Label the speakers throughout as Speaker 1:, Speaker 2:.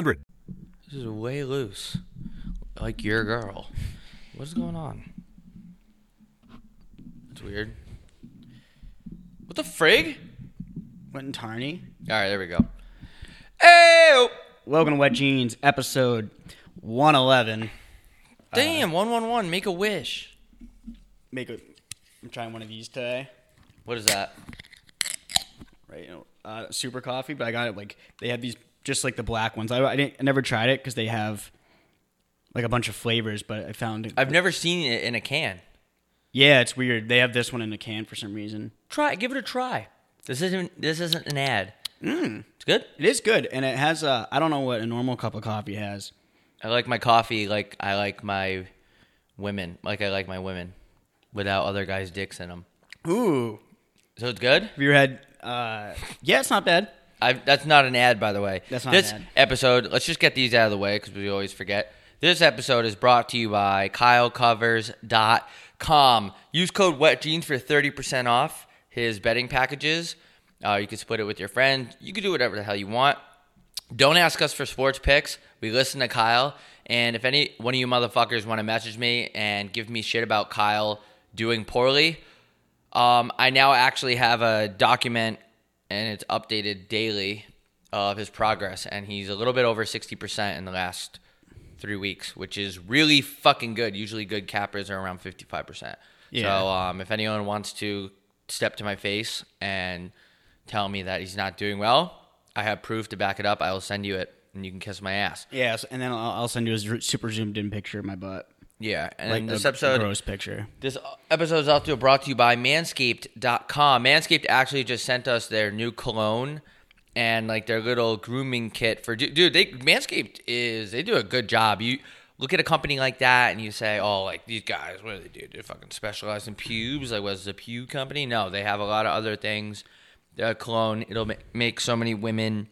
Speaker 1: This is way loose. Like your girl. What's going on? That's weird. What the frig?
Speaker 2: Went Tarney.
Speaker 1: All right, there we go. Hey!
Speaker 2: Welcome to Wet Jeans, episode 111.
Speaker 1: Damn, 111, make a wish.
Speaker 2: Make a. I'm trying one of these today.
Speaker 1: What is that?
Speaker 2: Right, you know, uh, super coffee, but I got it like they have these just like the black ones. I, I didn't, I never tried it because they have like a bunch of flavors, but I found it.
Speaker 1: I've never seen it in a can.
Speaker 2: yeah, it's weird. They have this one in a can for some reason.
Speaker 1: Try, give it a try. This isn't this isn't an ad. Mm. It's good.
Speaker 2: It is good, and it has. Uh, I don't know what a normal cup of coffee has.
Speaker 1: I like my coffee like I like my women, like I like my women without other guys' dicks in them.
Speaker 2: Ooh,
Speaker 1: So it's good?
Speaker 2: have you had? Uh, yeah, it's not bad.
Speaker 1: I, that's not an ad, by the way.
Speaker 2: That's not
Speaker 1: this
Speaker 2: an ad.
Speaker 1: episode. Let's just get these out of the way because we always forget. This episode is brought to you by KyleCovers.com. Use code WetJeans for thirty percent off his betting packages. Uh, you can split it with your friend. You can do whatever the hell you want. Don't ask us for sports picks. We listen to Kyle. And if any one of you motherfuckers want to message me and give me shit about Kyle doing poorly, um, I now actually have a document and it's updated daily of his progress. And he's a little bit over 60% in the last three weeks, which is really fucking good. Usually good cappers are around 55%.
Speaker 2: Yeah.
Speaker 1: So um, if anyone wants to step to my face and tell me that he's not doing well, I have proof to back it up. I will send you it and you can kiss my ass.
Speaker 2: Yeah, so- and then I'll, I'll send you a z- super zoomed in picture of my butt,
Speaker 1: Yeah. And
Speaker 2: like
Speaker 1: this
Speaker 2: the
Speaker 1: episode
Speaker 2: gross picture.
Speaker 1: This episode is also brought to you by manscaped.com. Manscaped actually just sent us their new cologne and like their little grooming kit for du- dude, they Manscaped is they do a good job. You look at a company like that and you say, "Oh, like these guys, what do they do? They fucking specialize in pubes." Like was the pube company? No, they have a lot of other things. The cologne, it'll ma- make so many women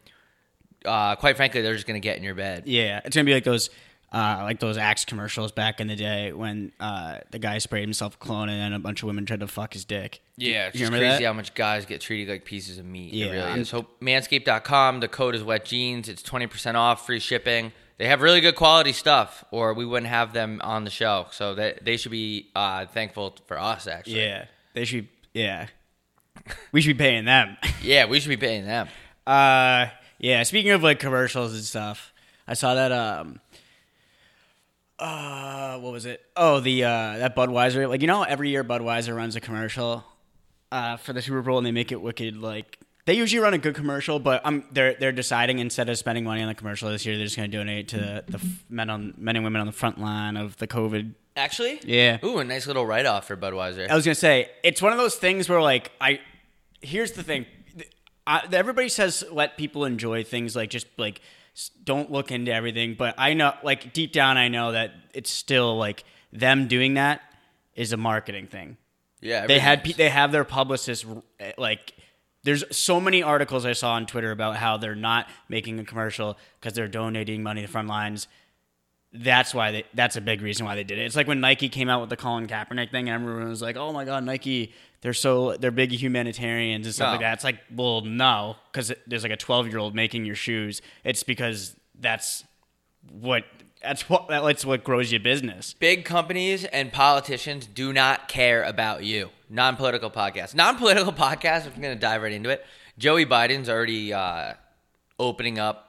Speaker 1: uh quite frankly, they're just going to get in your bed.
Speaker 2: Yeah, it's gonna be like those, uh, like those Axe commercials back in the day when uh, the guy sprayed himself cologne and then a bunch of women tried to fuck his dick.
Speaker 1: Yeah, it's
Speaker 2: you
Speaker 1: just
Speaker 2: remember
Speaker 1: crazy
Speaker 2: that?
Speaker 1: how much guys get treated like pieces of meat.
Speaker 2: Yeah,
Speaker 1: it really
Speaker 2: I'm-
Speaker 1: is. So manscaped.com, the code is wet jeans. It's 20% off, free shipping. They have really good quality stuff, or we wouldn't have them on the show. So they, they should be uh, thankful for us, actually.
Speaker 2: Yeah, they should. Yeah, we should be paying them.
Speaker 1: Yeah, we should be paying them.
Speaker 2: Uh, yeah. Speaking of like commercials and stuff, I saw that. Um, uh, what was it? Oh, the uh, that Budweiser. Like you know, how every year Budweiser runs a commercial uh, for the Super Bowl, and they make it wicked. Like they usually run a good commercial, but um, they're they're deciding instead of spending money on the commercial this year, they're just going to donate to the f- men on men and women on the front line of the COVID.
Speaker 1: Actually?
Speaker 2: Yeah.
Speaker 1: Ooh, a nice little write off for Budweiser.
Speaker 2: I was gonna say it's one of those things where like I here's the thing, I, everybody says let people enjoy things like just like s- don't look into everything, but I know like deep down I know that it's still like them doing that is a marketing thing.
Speaker 1: yeah. everything
Speaker 2: They had
Speaker 1: is.
Speaker 2: pe- they have their publicists eh, like. There's so many articles I saw on Twitter about how they're not making a commercial because they're donating money to front lines that's why they, that's a big reason why they did it. It's like when Nike came out with the Colin Kaepernick thing, and everyone was like, "Oh my God, Nike! They're so they're big humanitarians and stuff
Speaker 1: No.
Speaker 2: like that." It's like, well, no, because there's like a 12 year old making your shoes. It's because that's what that's what that's what grows your business.
Speaker 1: Big companies and politicians do not care about you. Non political podcast. Non political podcast, I'm going to dive right into it. Joey Biden's already uh, opening up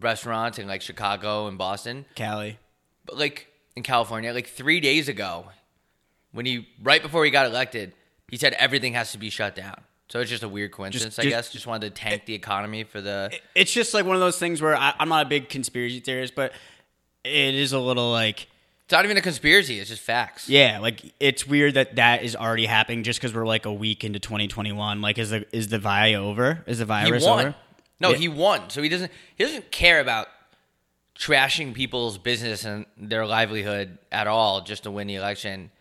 Speaker 1: restaurants in like Chicago and Boston,
Speaker 2: Cali,
Speaker 1: but like in California, like three days ago, when he, right before he got elected, he said everything has to be shut down. So it's just a weird coincidence, I
Speaker 2: just-
Speaker 1: guess. Just wanted to tank the economy for the.
Speaker 2: it's just like one of those things where I, I'm not a big conspiracy theorist, but it is a little like.
Speaker 1: It's not even a conspiracy, it's just facts.
Speaker 2: Yeah, like it's weird that that is already happening just because we're like a week into 2021. Like, is the is the vi over? Is the
Speaker 1: he
Speaker 2: virus
Speaker 1: won.
Speaker 2: over?
Speaker 1: No,
Speaker 2: Yeah.
Speaker 1: he won. So he doesn't he doesn't care about trashing people's business and their livelihood at all just to win the election.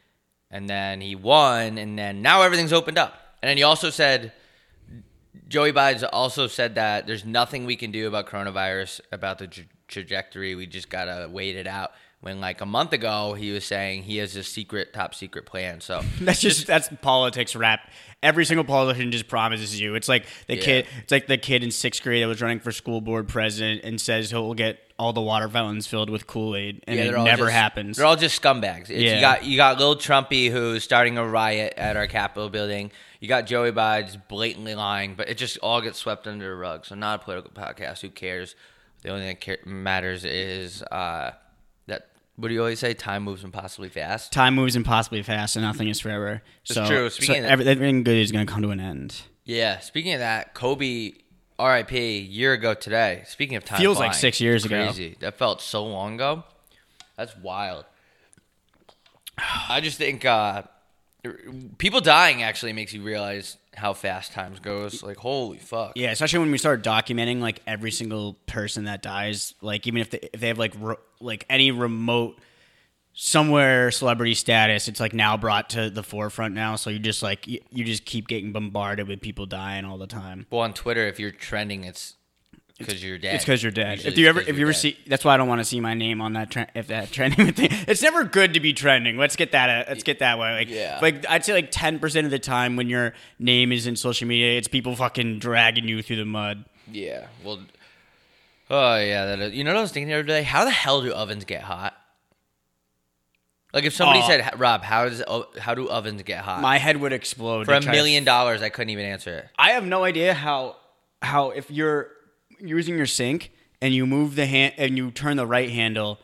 Speaker 1: And then he won, and then now everything's opened up. And then he also said, Joey Bides also said that there's nothing we can do about coronavirus, about the tra- trajectory. We just got to wait it out. When like a month ago, he was saying he has a secret, top secret plan. So
Speaker 2: That's just that's politics rap. Every single politician just promises you. It's like the
Speaker 1: Yeah.
Speaker 2: kid. It's like the kid in sixth grade that was running for school board president and says he'll get all the water fountains filled with Kool Aid, and
Speaker 1: Yeah,
Speaker 2: it
Speaker 1: they're all
Speaker 2: never
Speaker 1: just-
Speaker 2: happens.
Speaker 1: They're all just scumbags. It's,
Speaker 2: Yeah.
Speaker 1: You got you got Lil Trumpy who's starting a riot at our Capitol building. You got Joey Bides blatantly lying, but it just all gets swept under the rug. So not a political podcast. Who cares? The only thing that care- matters is uh, that. What do you always say? Time moves impossibly fast.
Speaker 2: Time moves impossibly fast, and nothing is forever. so,
Speaker 1: true.
Speaker 2: so
Speaker 1: Speaking of-
Speaker 2: every- everything good is going to come to an end.
Speaker 1: Yeah. Speaking of that, Kobe, R.I.P. Year ago today. Speaking of time,
Speaker 2: Feels like
Speaker 1: flying,
Speaker 2: six years
Speaker 1: it's
Speaker 2: ago.
Speaker 1: Crazy. That felt so long ago. That's wild. I just think uh, people dying actually makes you realize how fast times goes. Like holy fuck.
Speaker 2: Yeah, especially when we start documenting like every single person that dies, like even if they, if they have like ro- like any remote somewhere celebrity status, it's like now brought to the forefront now. So you just like you, you just keep getting bombarded with people dying all the time.
Speaker 1: Well, on Twitter, if you're trending, it's because you're dead.
Speaker 2: It's because you're dead.
Speaker 1: Usually
Speaker 2: if you
Speaker 1: it's
Speaker 2: ever
Speaker 1: 'cause
Speaker 2: if you
Speaker 1: you're
Speaker 2: ever
Speaker 1: dead.
Speaker 2: see that's why I don't want to see my name on that tre- if that trending thing. It's never good to be trending. Let's get that uh, let's get that way. Like
Speaker 1: Yeah.
Speaker 2: like I'd say like ten percent of the time when your name is in social media, it's people fucking dragging you through the mud.
Speaker 1: Yeah. Well. Oh yeah. That is, you know what I was thinking the other day? How the hell do ovens get hot? Like if somebody
Speaker 2: Oh.
Speaker 1: said, "H- Rob, how does o- how do ovens get hot?
Speaker 2: My head would explode
Speaker 1: For
Speaker 2: to
Speaker 1: a
Speaker 2: try to
Speaker 1: million dollars, I couldn't even answer it.
Speaker 2: I have no idea how how if you're using your sink and you move the hand and you turn the right handle,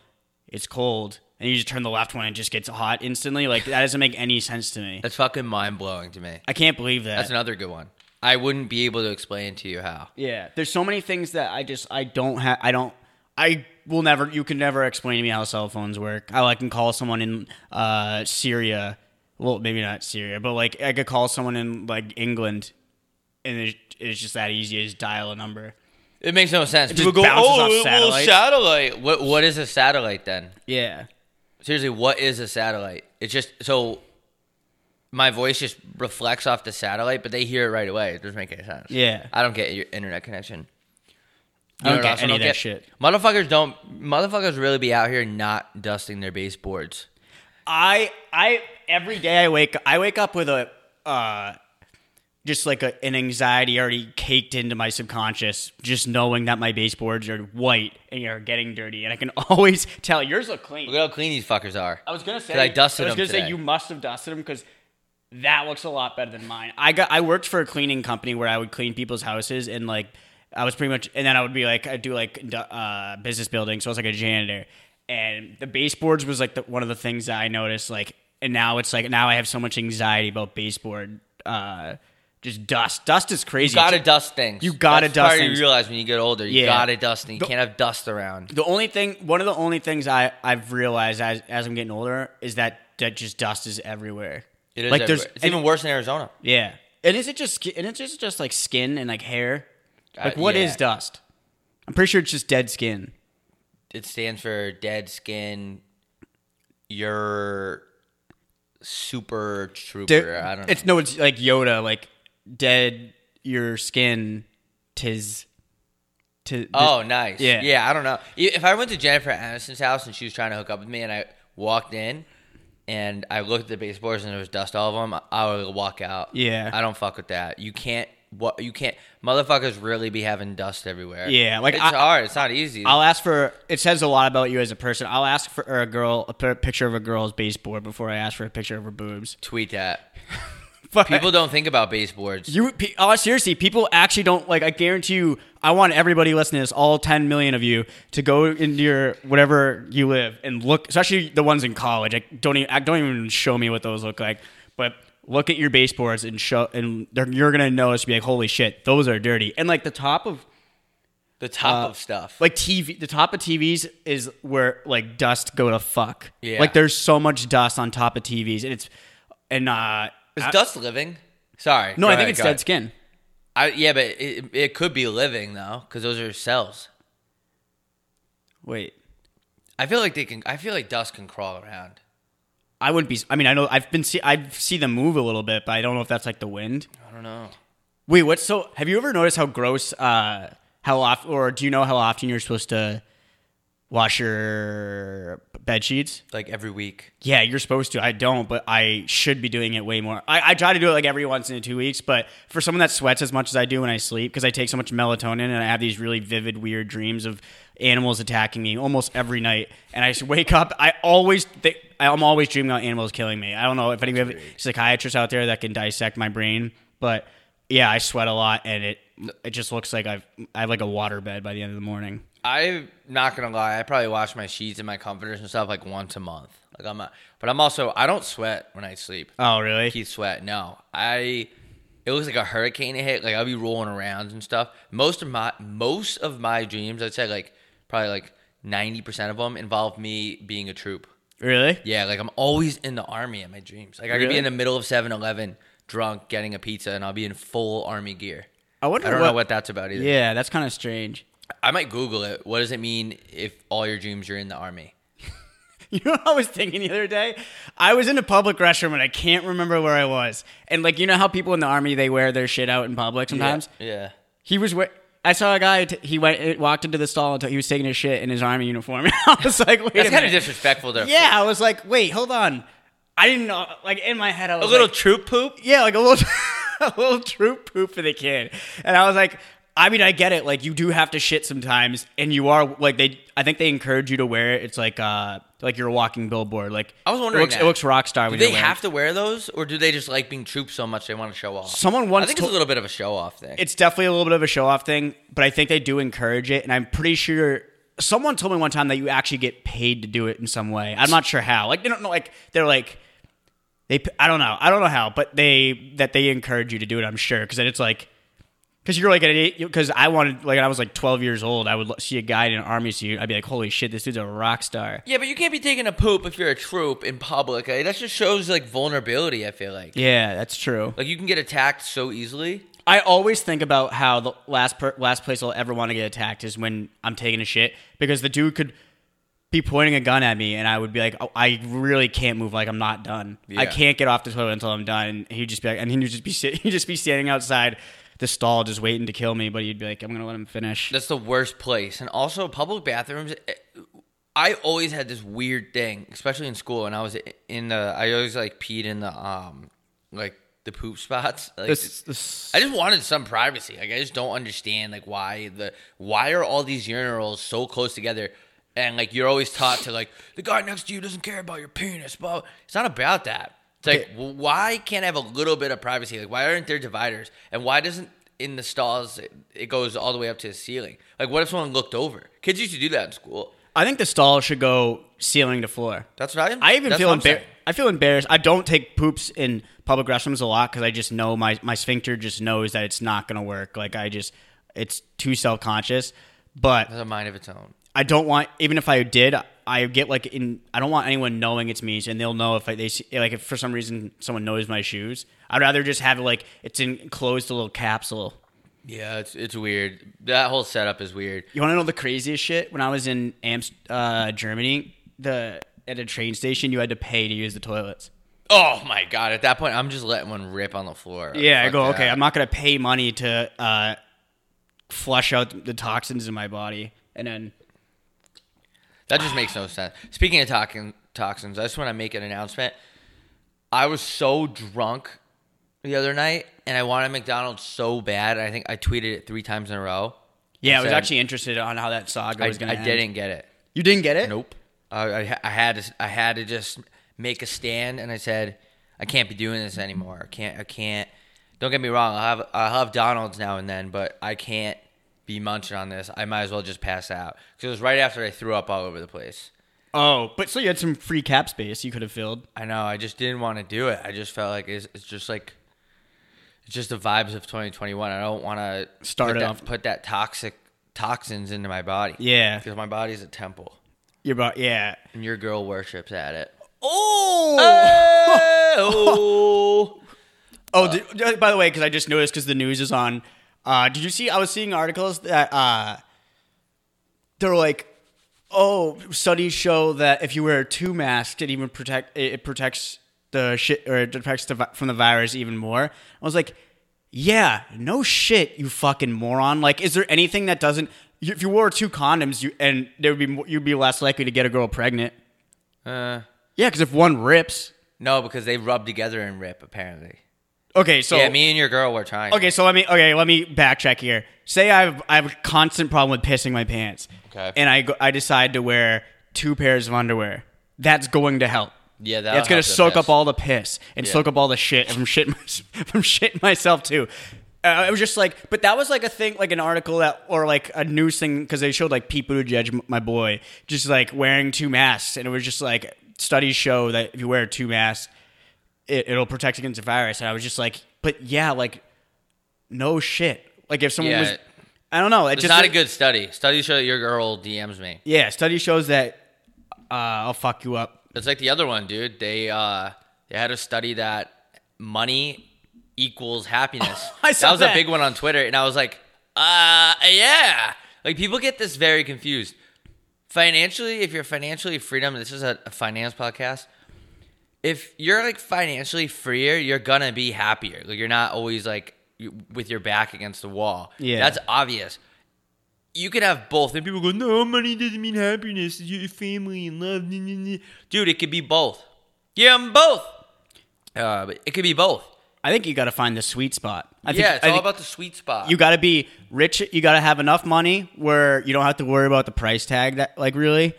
Speaker 2: it's cold, and you just turn the left one and it just gets hot instantly. Like that doesn't make any sense to me.
Speaker 1: That's fucking mind blowing to me.
Speaker 2: I can't believe that.
Speaker 1: That's another good one. I wouldn't be able to explain to you how.
Speaker 2: yeah, there's so many things that I just I don't have. I don't. I will never. You can never explain to me how cell phones work. How I can call someone in uh, Syria. Well, maybe not Syria, but like I could call someone in like England, and it's, it's just that easy. as dial a number.
Speaker 1: It makes no sense.
Speaker 2: just bounces off satellite."
Speaker 1: satellite. What what is a satellite then?
Speaker 2: Yeah.
Speaker 1: Seriously, what is a satellite? It's just so my voice just reflects off the satellite, but they hear it right away. It doesn't make any sense.
Speaker 2: Yeah.
Speaker 1: I don't get your internet connection. You
Speaker 2: I don't
Speaker 1: know what
Speaker 2: get
Speaker 1: else I
Speaker 2: any of that shit.
Speaker 1: Motherfuckers don't. Motherfuckers really be out here not dusting their baseboards.
Speaker 2: I I every day I wake I wake up with a uh just like a, an anxiety already caked into my subconscious, just knowing that my baseboards are white and are getting dirty, and I can always tell yours look clean.
Speaker 1: Look at how clean these fuckers are.
Speaker 2: I was gonna say
Speaker 1: 'Cause I dusted
Speaker 2: I was
Speaker 1: them
Speaker 2: gonna
Speaker 1: today.
Speaker 2: say you must have dusted them because that looks a lot better than mine. I got I worked for a cleaning company where I would clean people's houses and like I was pretty much and then I would be like I do like du- uh, business building, so I was like a janitor, and the baseboards was like the, one of the things that I noticed like and now it's like now I have so much anxiety about baseboard. Uh, just dust. Dust is crazy.
Speaker 1: You gotta dust things.
Speaker 2: You gotta
Speaker 1: That's part
Speaker 2: dust
Speaker 1: you
Speaker 2: things.
Speaker 1: realize when you get older, you
Speaker 2: Yeah.
Speaker 1: gotta dust things. You
Speaker 2: The-
Speaker 1: can't have dust around.
Speaker 2: The only thing, one of the only things I I've realized as as I'm getting older is that that just dust is everywhere.
Speaker 1: It is
Speaker 2: like
Speaker 1: everywhere.
Speaker 2: there's
Speaker 1: it's even worse in Arizona.
Speaker 2: Yeah. And is it just ski- and it's just just like skin and like hair? Like
Speaker 1: Uh,
Speaker 2: what is
Speaker 1: yeah.
Speaker 2: dust? I'm pretty sure it's just dead skin.
Speaker 1: It stands for dead skin. Your super trooper. I don't know.
Speaker 2: It's no, it's like Yoda, like dead your skin tis. tis
Speaker 1: Oh, nice.
Speaker 2: Yeah.
Speaker 1: Yeah. Yeah, I don't know. I- If I went to Jennifer Aniston's house and she was trying to hook up with me and I walked in and I looked at the baseboards and there was dust all of them, I would walk out.
Speaker 2: Yeah.
Speaker 1: I don't fuck with that. You can't what you can't motherfuckers really be having dust everywhere.
Speaker 2: Yeah, like,
Speaker 1: it's
Speaker 2: I-
Speaker 1: hard. It's not easy.
Speaker 2: I'll ask for. It says a lot about you as a person. I'll ask for a girl, a p- picture of a girl's baseboard before I ask for a picture of her boobs.
Speaker 1: tweet that.
Speaker 2: But-
Speaker 1: People don't think about baseboards.
Speaker 2: You, pe- oh, seriously, people actually don't like. I guarantee you, I want everybody listening to this, all 10 million of you, to go into your whatever you live and look, especially the ones in college. Like, don't even, I- don't even show me what those look like, but look at your baseboards and show, and they're, you're gonna notice, be like, holy shit, those are dirty. And like the top of
Speaker 1: the top of stuff.
Speaker 2: uh, like TV, the top of TVs is where like dust go to fuck.
Speaker 1: Yeah.
Speaker 2: Like there's so much dust on top of TVs, and it's and uh,
Speaker 1: is
Speaker 2: I-
Speaker 1: dust living? Sorry. Go
Speaker 2: no, I think
Speaker 1: ahead,
Speaker 2: it's
Speaker 1: go
Speaker 2: dead
Speaker 1: ahead.
Speaker 2: skin.
Speaker 1: I, yeah, but it, it could be living though, because those are cells.
Speaker 2: Wait.
Speaker 1: I feel like they can. I feel like dust can crawl around.
Speaker 2: I wouldn't be. I mean, I know I've been see I see them move a little bit, but I don't know if that's like the wind.
Speaker 1: I don't know.
Speaker 2: Wait, what's so? Have you ever noticed how gross? Uh, how often, or do you know how often you're supposed to wash your bed sheets?
Speaker 1: Like every week.
Speaker 2: Yeah, you're supposed to. I don't, but I should be doing it way more. I, I try to do it like every once in two weeks, but for someone that sweats as much as I do when I sleep, because I take so much melatonin and I have these really vivid, weird dreams of animals attacking me almost every night, and I just wake up, I always think. I'm always dreaming about animals killing me. I don't know if any of psychiatrists out there that can dissect my brain, but yeah, I sweat a lot, and it it just looks like I've I have like a water bed by the end of the morning.
Speaker 1: I'm not gonna lie. I probably wash my sheets and my comforters and stuff like once a month. Like I'm not, but I'm also I don't sweat when I sleep.
Speaker 2: Oh, really?
Speaker 1: Keith Sweat. No, I. It looks like a hurricane hit. Like I'll be rolling around and stuff. Most of my most of my dreams, I'd say like probably like ninety percent of them involve me being a troop.
Speaker 2: Really?
Speaker 1: Yeah, like I'm always in the army in my dreams. Like I could
Speaker 2: Really?
Speaker 1: be in the middle of 7-Eleven drunk getting a pizza, and I'll be in full army gear.
Speaker 2: I wonder
Speaker 1: I don't
Speaker 2: what-
Speaker 1: know what that's about either.
Speaker 2: Yeah, that's kind of strange.
Speaker 1: I might Google it. What does it mean if all your dreams you're in the army?
Speaker 2: You know what I was thinking the other day? I was in a public restroom and I can't remember where I was. And like, you know how people in the army they wear their shit out in public sometimes.
Speaker 1: Yeah.
Speaker 2: He was wear- I saw a guy. T- he went walked into the stall until he was taking a shit in his army uniform. I was like, wait
Speaker 1: That's
Speaker 2: a
Speaker 1: kind of
Speaker 2: minute.
Speaker 1: disrespectful. To
Speaker 2: yeah, I was like, wait, hold on. I didn't know. Like in my head, I was
Speaker 1: A little
Speaker 2: like,
Speaker 1: troop poop.
Speaker 2: yeah, like a little, a little troop poop for the kid. And I was like, I mean, I get it. Like, you do have to shit sometimes, and you are like they. I think they encourage you to wear it. It's like, uh, like you're a walking billboard. Like,
Speaker 1: I was
Speaker 2: it
Speaker 1: wondering
Speaker 2: looks-
Speaker 1: that.
Speaker 2: It looks, rock star.
Speaker 1: Do
Speaker 2: when
Speaker 1: they
Speaker 2: you're wearing
Speaker 1: have to wear those, or do they just like being troops so much they want to show off?
Speaker 2: Someone once
Speaker 1: I think
Speaker 2: told-
Speaker 1: it's a little bit of a show off thing.
Speaker 2: It's definitely a little bit of a show off thing, but I think they do encourage it, and I'm pretty sure. Someone told me one time that you actually get paid to do it in some way. I'm not sure how. Like they don't know. Like they're like they. p- I don't know. I don't know how, but they that they encourage you to do it. I'm sure because it's like Because you're like an eight. Because I wanted, like, I was like 12 years old. I would lo- see a guy in an army suit. I'd be like, "Holy shit, this dude's a rock star."
Speaker 1: yeah, but you can't be taking a poop if you're a troop in public. eh? That just shows like vulnerability. I feel like.
Speaker 2: Yeah, that's true.
Speaker 1: Like you can get attacked so easily.
Speaker 2: I always think about how the last per- last place I'll ever want to get attacked is when I'm taking a shit because the dude could be pointing a gun at me and I would be like, oh, I really can't move. Like I'm not done. I
Speaker 1: Yeah.
Speaker 2: can't get off the toilet until I'm done. And he'd just be like, and he'd just be sit- he'd just be standing outside the stall just waiting to kill me. But he'd be like, I'm gonna let him finish.
Speaker 1: That's the worst place. And also public bathrooms. eh, I always had this weird thing, especially in school, and I was in the. I always like peed in the um, like the poop spots. Like,
Speaker 2: This- this-
Speaker 1: I just wanted some privacy. Like I just don't understand like why the why are all these urinals so close together? And like you're always taught to like the guy next to you doesn't care about your penis, but it's not about that. It's like w why can't I have a little bit of privacy? Like why aren't there dividers? And why doesn't in the stalls it, it goes all the way up to the ceiling? Like what if someone looked over? Kids used to do that in school.
Speaker 2: I think the stall should go ceiling to floor.
Speaker 1: That's what I.
Speaker 2: I even
Speaker 1: that's
Speaker 2: feel
Speaker 1: what I'm saying.
Speaker 2: embarrassed. I feel embarrassed. I don't take poops in public restrooms a lot because I just know my my sphincter just knows that it's not gonna work. Like I just, it's too self conscious. But
Speaker 1: It has a mind of its own.
Speaker 2: I don't want even if I did, I get like in. I don't want anyone knowing it's me, and they'll know if I, they see, like if for some reason someone knows my shoes. I'd rather just have it like it's enclosed a little capsule.
Speaker 1: Yeah, it's it's weird. That whole setup is weird.
Speaker 2: You want to know the craziest shit? When I was in Amst- uh, Germany, the at a train station, you had to pay to use the toilets.
Speaker 1: Oh my god! At that point, I'm just letting one rip on the floor.
Speaker 2: Yeah,
Speaker 1: Oh,
Speaker 2: I
Speaker 1: Fuck
Speaker 2: go,
Speaker 1: that.
Speaker 2: okay, I'm not going to pay money to uh, flush out the toxins in my body. And then,
Speaker 1: that just makes no sense. Speaking of talking toxins, I just want to make an announcement. I was so drunk the other night, and I wanted McDonald's so bad. I think I tweeted it three times in a row.
Speaker 2: yeah, I was
Speaker 1: said-
Speaker 2: actually interested on how that saga
Speaker 1: I,
Speaker 2: was going
Speaker 1: I
Speaker 2: to end.
Speaker 1: didn't get it.
Speaker 2: You didn't get it?
Speaker 1: Nope. I, I, ha- I had to, I had to just make a stand, and I said, I can't be doing this anymore. I can't. I can't. Don't get me wrong. I'll have I'll have Donald's now and then, but I can't be munching on this. I might as well just pass out because it was right after I threw up all over the place.
Speaker 2: Oh, but so you had some free cap space you could have filled.
Speaker 1: I know. I just didn't want to do it. I just felt like it's, it's just like it's just the vibes of 2021. I don't want to
Speaker 2: Start
Speaker 1: put
Speaker 2: it
Speaker 1: that,
Speaker 2: off.
Speaker 1: Put that toxic toxins into my body.
Speaker 2: Yeah.
Speaker 1: because my body's a temple,
Speaker 2: You're about, yeah.
Speaker 1: and your girl worships at it.
Speaker 2: Oh!
Speaker 1: Oh.
Speaker 2: Oh, did, uh, by the way, because I just noticed because the news is on. Uh, did you see? I was seeing articles that uh, they're like, oh, studies show that if you wear two masks, it even protect it, it protects the shit or it protects the, vi- from the virus even more. I was like, yeah, no shit, you fucking moron. Like, is there anything that doesn't? If you wore two condoms, you and there would be more, you'd be less likely to get a girl pregnant.
Speaker 1: Uh,
Speaker 2: Yeah, because if one rips,
Speaker 1: no, because they rub together and rip apparently.
Speaker 2: okay, so
Speaker 1: yeah, me and your girl were trying.
Speaker 2: Okay, so let me okay, let me backtrack here. Say I have I have a constant problem with pissing my pants.
Speaker 1: Okay.
Speaker 2: And I go, I decide to wear two pairs of underwear. That's going to help.
Speaker 1: Yeah, that'll
Speaker 2: that's going
Speaker 1: help
Speaker 2: to
Speaker 1: the
Speaker 2: soak
Speaker 1: piss.
Speaker 2: up all the piss and
Speaker 1: Yeah.
Speaker 2: soak up all the shit from shit my- from shit myself too. Uh, I was just like, but that was like a thing, like an article that, or like a news thing, because they showed like people who judge my boy just like wearing two masks, and it was just like studies show that if you wear two masks, it, it'll protect against the virus. And I was just like, but yeah, like no shit. Like if someone
Speaker 1: Yeah.
Speaker 2: was, I don't know. It
Speaker 1: It's
Speaker 2: just
Speaker 1: not a good study. Studies show that your girl DMs me.
Speaker 2: Yeah, study shows that uh, I'll fuck you up.
Speaker 1: It's like the other one, dude. They uh they had a study that money equals happiness.
Speaker 2: I saw
Speaker 1: that was
Speaker 2: that.
Speaker 1: a big one on Twitter, and I was like, uh yeah. Like people get this very confused. Financially, if you're financially freedom, this is a, a finance podcast. If you're like financially freer, you're gonna be happier. Like you're not always like you- with your back against the wall.
Speaker 2: Yeah.
Speaker 1: that's obvious you can have both. And people go, no, money doesn't mean happiness. It's your family and love. Nah, nah, nah." Dude, it could be both. Yeah, I'm both. Uh, but it could be both.
Speaker 2: I think you got to find the sweet spot. I think,
Speaker 1: yeah, it's
Speaker 2: I
Speaker 1: all
Speaker 2: think
Speaker 1: about the sweet spot.
Speaker 2: you got to be rich. You got to have enough money where you don't have to worry about the price tag. That like really,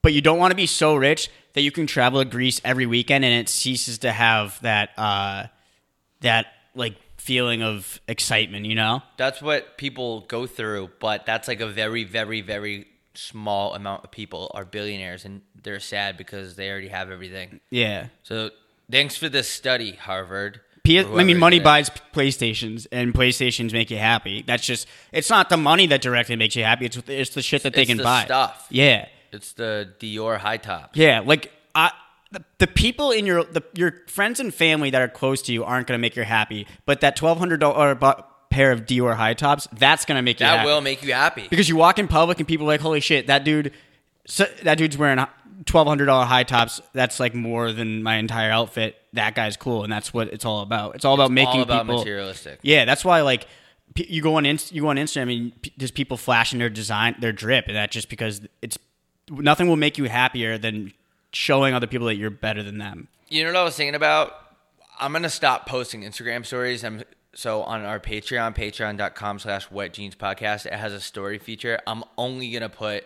Speaker 2: but you don't want to be so rich that you can travel to Greece every weekend and it ceases to have that uh, that like feeling of excitement. You know?
Speaker 1: that's what people go through, but that's like a very, very, very small amount of people are billionaires and they're sad because they already have everything.
Speaker 2: Yeah.
Speaker 1: So thanks for this study, Harvard.
Speaker 2: P-
Speaker 1: or
Speaker 2: I
Speaker 1: whoever
Speaker 2: mean, money
Speaker 1: did it.
Speaker 2: buys PlayStations, and PlayStations make you happy. That's just it's not the money that directly makes you happy. It's it's the shit that they
Speaker 1: It's
Speaker 2: can
Speaker 1: the
Speaker 2: buy.
Speaker 1: stuff.
Speaker 2: Yeah,
Speaker 1: It's the Dior high top.
Speaker 2: yeah. Like I, the, the people in your the, your friends and family that are close to you aren't going to make you happy. But that twelve hundred dollar pair of Dior high tops, that's going to make you
Speaker 1: That
Speaker 2: happy.
Speaker 1: will make you happy.
Speaker 2: because you walk in public and people are like, holy shit, that dude, so, that dude's wearing twelve hundred dollar high tops. That's like more than my entire outfit. That guy's cool, and that's what it's all about. It's all about making
Speaker 1: all about
Speaker 2: people
Speaker 1: materialistic.
Speaker 2: Yeah, that's why like p- you go on Inst- you go on Instagram and p- there's people flashing their design, their drip, and that's just because it's nothing will make you happier than showing other people that you're better than them.
Speaker 1: You know what I was thinking about? I'm gonna stop posting Instagram stories. I'm so on our Patreon, patreon.com slash wet jeans podcast, it has a story feature. I'm only gonna put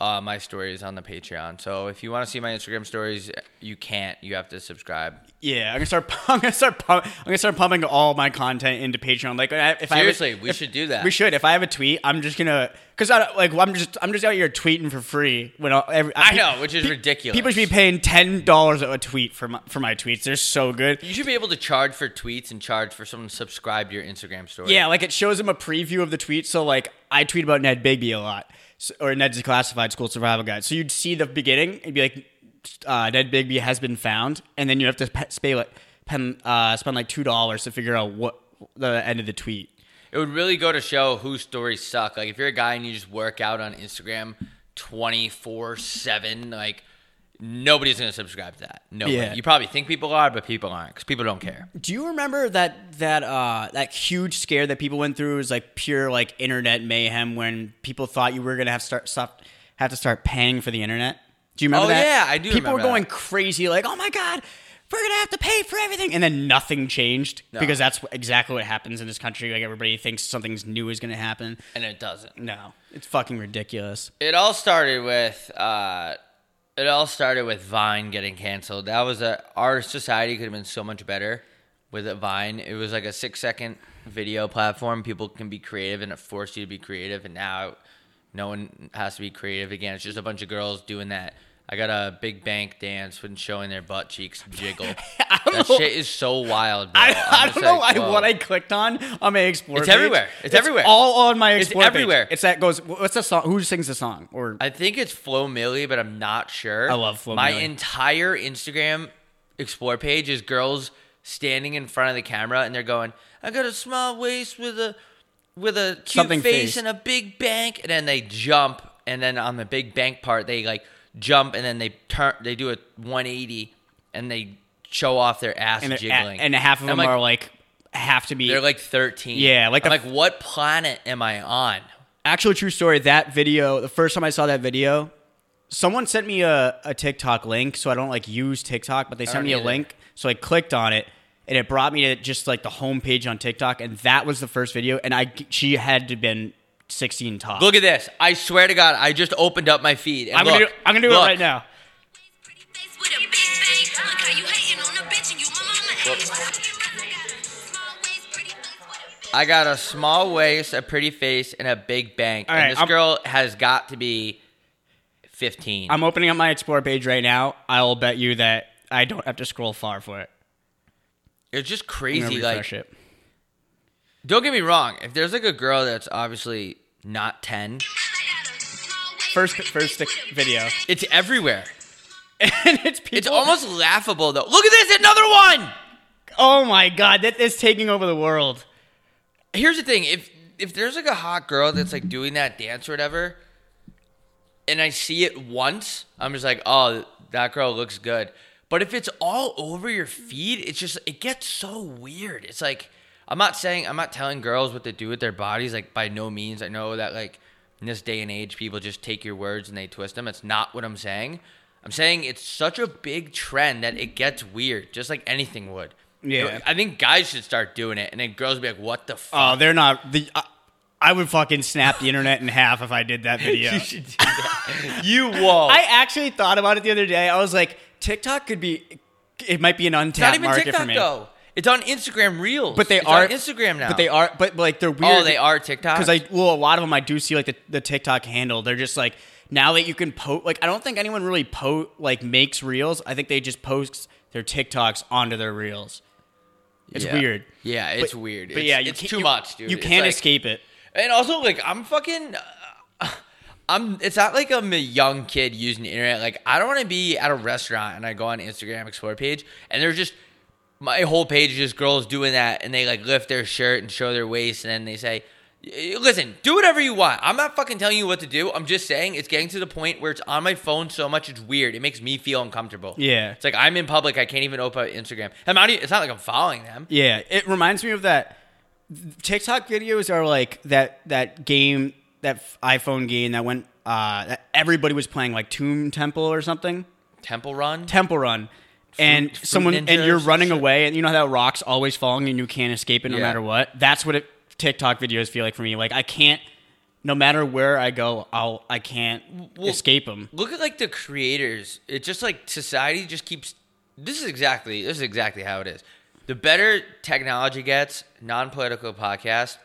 Speaker 1: uh, my stories on the Patreon. So if you wanna see my Instagram stories, you can't. You have to subscribe.
Speaker 2: Yeah, I'm gonna start. I'm gonna start. Pump, I'm gonna start pumping all my content into Patreon. Like, I- if I
Speaker 1: Seriously,
Speaker 2: have a-
Speaker 1: we
Speaker 2: if-
Speaker 1: should do that.
Speaker 2: We should. If I have a tweet, I'm just gonna because I don't, like I'm just I'm just out here tweeting for free. When I'll, every,
Speaker 1: I know, which is ridiculous.
Speaker 2: People should be paying ten dollars a tweet for my, for my tweets. They're so good.
Speaker 1: You should be able to charge for tweets and charge for someone to subscribe to your Instagram story.
Speaker 2: Yeah, like it shows them a preview of the tweet. So like I tweet about Ned Bigby a lot, so, or Ned's Declassified School Survival Guide. So you'd see the beginning and be like, uh, Ned Bigby has been found, and then you have to pe- spay like pen, uh, spend like two dollars to figure out what the end of the tweet.
Speaker 1: It would really go to show whose stories suck. Like if you're a guy and you just work out on Instagram 24/7, like nobody's going to subscribe to that. No.
Speaker 2: Yeah.
Speaker 1: way. You probably think people are, but people aren't cuz people don't care.
Speaker 2: Do you remember that that uh, that huge scare that people went through? It was like pure like internet mayhem when people thought you were gonna have start stop have to start paying for the internet. Do you remember
Speaker 1: Oh,
Speaker 2: that?
Speaker 1: yeah, I do
Speaker 2: People were
Speaker 1: remember
Speaker 2: going
Speaker 1: that.
Speaker 2: crazy, like, "Oh my god, we're gonna have to pay for everything," and then nothing changed because that's what- exactly what happens in this country. Like everybody thinks something's new is gonna happen.
Speaker 1: And it doesn't.
Speaker 2: No, it's fucking ridiculous.
Speaker 1: It all started with uh it all started with Vine getting canceled. That was a our society could have been so much better with a Vine. It was like a 6-second video platform. People can be creative and it forced you to be creative and now no one has to be creative again. It's just a bunch of girls doing that. I got a big bank dance when showing their butt cheeks jiggle. that shit is so wild, bro.
Speaker 2: I,
Speaker 1: I'm
Speaker 2: I
Speaker 1: just
Speaker 2: don't know
Speaker 1: like,
Speaker 2: why,
Speaker 1: whoa.
Speaker 2: what I clicked on on my explore.
Speaker 1: It's
Speaker 2: page.
Speaker 1: everywhere. It's everywhere.
Speaker 2: All on my
Speaker 1: It's
Speaker 2: explore. page.
Speaker 1: everywhere.
Speaker 2: It's that goes. What's the song? Who sings the song? Or
Speaker 1: I think it's Flo Milli, but I'm not sure.
Speaker 2: I love Flo
Speaker 1: My
Speaker 2: Milli.
Speaker 1: entire Instagram explore page is girls standing in front of the camera and they're going, "I got a small waist with a with a cute
Speaker 2: Something
Speaker 1: face
Speaker 2: face.
Speaker 1: and a big bank," and then they jump and then on the big bank part, they like jump and then they turn, they do a 180, and they show off their ass
Speaker 2: and, they're-
Speaker 1: jiggling.
Speaker 2: and half of
Speaker 1: I'm
Speaker 2: them
Speaker 1: like,
Speaker 2: are like have to be
Speaker 1: they're like 13.
Speaker 2: Yeah, like
Speaker 1: I'm
Speaker 2: the-
Speaker 1: like what planet am I on?
Speaker 2: actual true story that video the first time i saw that video someone sent me a, a tiktok link so i don't like use tiktok but they sent
Speaker 1: don't
Speaker 2: me a
Speaker 1: either.
Speaker 2: link so i clicked on it and it brought me to just like the homepage on tiktok and that was the first video and i she had to been 16 top
Speaker 1: Look at this! I swear to God, I just opened up my feed. And
Speaker 2: i'm gonna
Speaker 1: look,
Speaker 2: do, i'm gonna do
Speaker 1: look.
Speaker 2: it right now
Speaker 3: Pretty face with a big bang. Look how you hating on a bitch and you my mama hating. Small waist, pretty face with a big
Speaker 1: I got a small waist, a pretty face, and a big bank.
Speaker 2: All
Speaker 1: and
Speaker 2: right,
Speaker 1: this
Speaker 2: I'm-
Speaker 1: girl has got to be 15.
Speaker 2: i'm opening up my explore page right now i'll bet you that i don't have to scroll far for it
Speaker 1: it's just
Speaker 2: I'm gonna
Speaker 1: crazy.
Speaker 2: refresh
Speaker 1: Like,
Speaker 2: it
Speaker 1: don't get me wrong. If there's like a girl that's obviously not 10,
Speaker 2: first first video
Speaker 1: it's everywhere.
Speaker 2: and it's people
Speaker 1: It's almost laughable though. Look at this, another one.
Speaker 2: oh my god that is taking over the world
Speaker 1: Here's the thing: if if there's like a hot girl that's like doing that dance or whatever, and I see it once, I'm just like, oh, that girl looks good. But if it's all over your feed, it's just it gets so weird. It's like I'm not saying I'm not telling girls what to do with their bodies, like by no means. I know that like in this day and age, people just take your words and they twist them. That's not what I'm saying. I'm saying it's such a big trend that it gets weird, just like anything would.
Speaker 2: Yeah.
Speaker 1: I think guys should start doing it, and then girls would be like, "What the fuck?"
Speaker 2: Oh, they're not the. I, I would fucking snap the internet in half if I did that video.
Speaker 1: You should do that. you won't.
Speaker 2: I actually thought about it the other day. I was like, TikTok could be, it might be an
Speaker 1: It's not
Speaker 2: untapped
Speaker 1: even
Speaker 2: market
Speaker 1: TikTok
Speaker 2: for me.
Speaker 1: though. It's on Instagram Reels.
Speaker 2: But they
Speaker 1: It's
Speaker 2: are
Speaker 1: on Instagram now.
Speaker 2: But they are, but like they're weird.
Speaker 1: Oh, they are TikTok.
Speaker 2: Because I well, a lot of them I do see like the, the TikTok handle. They're just like now that you can post. Like I don't think anyone really po like makes reels. I think they just post their TikToks onto their reels. It's
Speaker 1: Yeah.
Speaker 2: weird.
Speaker 1: Yeah,
Speaker 2: But-
Speaker 1: it's weird.
Speaker 2: But
Speaker 1: it's,
Speaker 2: yeah, you
Speaker 1: it's
Speaker 2: can't-
Speaker 1: too
Speaker 2: you-
Speaker 1: much, dude.
Speaker 2: You
Speaker 1: It's
Speaker 2: can't
Speaker 1: like-
Speaker 2: escape it.
Speaker 1: And also, like, I'm fucking. uh, I'm. It's not like I'm a young kid using the internet. Like, I don't want to be at a restaurant and I go on Instagram Explore page and there's just my whole page is just girls doing that and they like lift their shirt and show their waist and then they say, "Y- "Listen, do whatever you want." I'm not fucking telling you what to do. I'm just saying it's getting to the point where it's on my phone so much it's weird. It makes me feel uncomfortable.
Speaker 2: Yeah.
Speaker 1: it's like I'm in public. I can't even open up Instagram. I'm not. Even, it's not like I'm following them.
Speaker 2: Yeah, it reminds me of that. TikTok videos are like that that game that f- iPhone game that went uh, that everybody was playing like Tomb Temple or something
Speaker 1: Temple Run.
Speaker 2: Temple Run, and
Speaker 1: Fruit
Speaker 2: someone and
Speaker 1: Ninjas?
Speaker 2: you're running away and you know how rocks always falling and you can't escape it no
Speaker 1: Yeah.
Speaker 2: matter what. That's what it, TikTok videos feel like for me. Like I can't, no matter where I go, I'll I can't
Speaker 1: Well,
Speaker 2: escape them.
Speaker 1: Look at like the creators. It's just like society just keeps. This is exactly this is exactly how it is. The better technology gets, non-political podcast.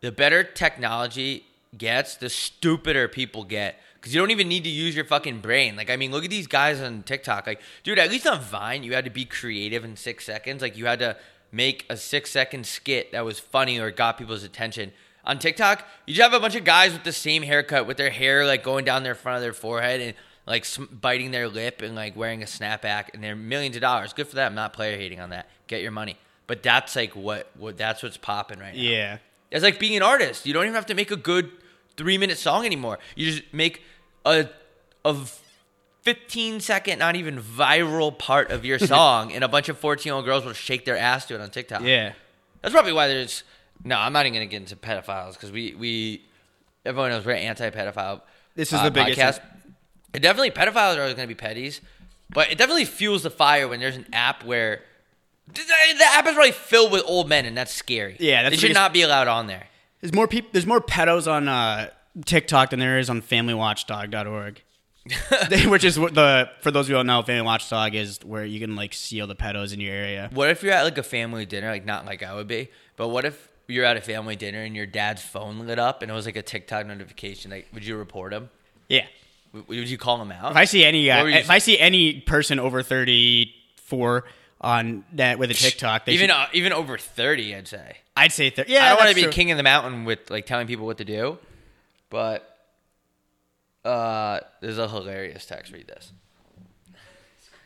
Speaker 1: The better technology gets, the stupider people get. Because you don't even need to use your fucking brain. Like, I mean, look at these guys on TikTok. Like, dude, at least on Vine, you had to be creative in six seconds. Like, you had to make a six second skit that was funny or got people's attention. On TikTok, you just have a bunch of guys with the same haircut, with their hair like going down their front of their forehead and like sm- biting their lip and like wearing a snapback, and they're millions of dollars. Good for them. Not player hating on that. Get your money. But that's like what, what that's what's popping right now.
Speaker 2: Yeah,
Speaker 1: It's like being an artist. You don't even have to make a good three minute song anymore. You just make a a fifteen second, not even viral part of your song, and a bunch of fourteen year old girls will shake their ass to it on TikTok.
Speaker 2: yeah.
Speaker 1: that's probably why there's. No, I'm not even gonna get into pedophiles because we we everyone knows we're anti pedophile.
Speaker 2: This is the biggest-
Speaker 1: It definitely pedophiles are always gonna be petties, but it definitely fuels the fire when there's an app where. The the app is probably filled with old men, and that's scary.
Speaker 2: Yeah, that's
Speaker 1: they
Speaker 2: the
Speaker 1: should
Speaker 2: biggest-
Speaker 1: not be allowed on there.
Speaker 2: There's more people. There's more pedos on uh, TikTok than there is on FamilyWatchdog.org, They- which is what the for those who don't know, Family Watchdog is where you can like seal the pedos in your area.
Speaker 1: What if you're at like a family dinner, like not like I would be, but what if you're at a family dinner and your dad's phone lit up and it was like a TikTok notification? Like, would you report him?
Speaker 2: Yeah.
Speaker 1: Would would you call him out?
Speaker 2: If I see any
Speaker 1: What
Speaker 2: guy,
Speaker 1: were you-
Speaker 2: if I see any person over 34 on that with a TikTok, they
Speaker 1: even
Speaker 2: should,
Speaker 1: uh, even over thirty, I'd say.
Speaker 2: I'd say thir- yeah.
Speaker 1: I don't want to
Speaker 2: that's
Speaker 1: be
Speaker 2: true.
Speaker 1: king of the mountain with like telling people what to do, but uh, there's a hilarious text. Read this.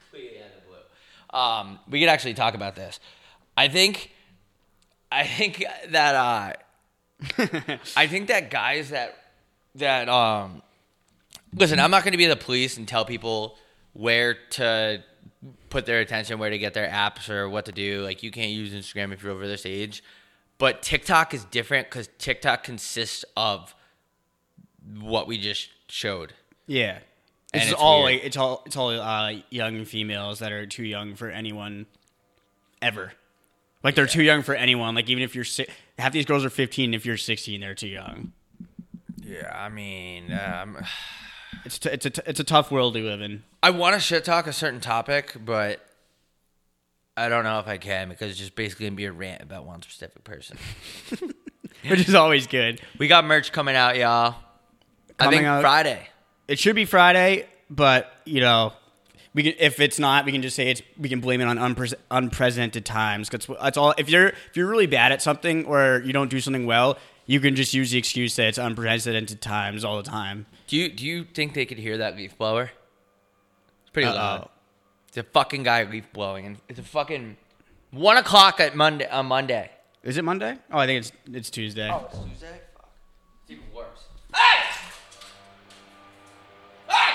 Speaker 1: Completely out of the blue. Um, we could actually talk about this. I think, I think that uh, I think that guys that that um Listen, I'm not going to be the police and tell people where to put their attention, where to get their apps, or what to do. Like, you can't use Instagram if you're over this age. But TikTok is different because TikTok consists of what we just showed.
Speaker 2: Yeah.
Speaker 1: And it's
Speaker 2: It's, all
Speaker 1: weird.
Speaker 2: like it's all it's all uh, young females that are too young for anyone ever. Like they're too young for anyone. Like even if you're si- half these girls are 15, if you're 16, they're too young.
Speaker 1: Yeah, I mean, um,
Speaker 2: It's t- it's a t- it's a tough world we live in.
Speaker 1: I want to shit talk a certain topic, but I don't know if I can because it's just basically going to be a rant about one specific person.
Speaker 2: Which is always good.
Speaker 1: we got merch coming out, y'all. I
Speaker 2: Coming
Speaker 1: think
Speaker 2: out-
Speaker 1: Friday.
Speaker 2: It should be Friday, but you know, we can, if it's not, we can just say it's we can blame it on unpre- unprecedented times. 'Cause that's all. If you're if you're really bad at something or you don't do something well, you can just use the excuse that it's unprecedented times all the time.
Speaker 1: Do you do you think they could hear that leaf blower? It's pretty loud.
Speaker 2: Uh-oh.
Speaker 1: It's a fucking guy leaf blowing, and it's a fucking one o'clock at Monday on Monday.
Speaker 2: Is it Monday? Oh, I think it's it's Tuesday.
Speaker 1: Oh, it's Tuesday. Fuck. It's even worse. Hey! Hey!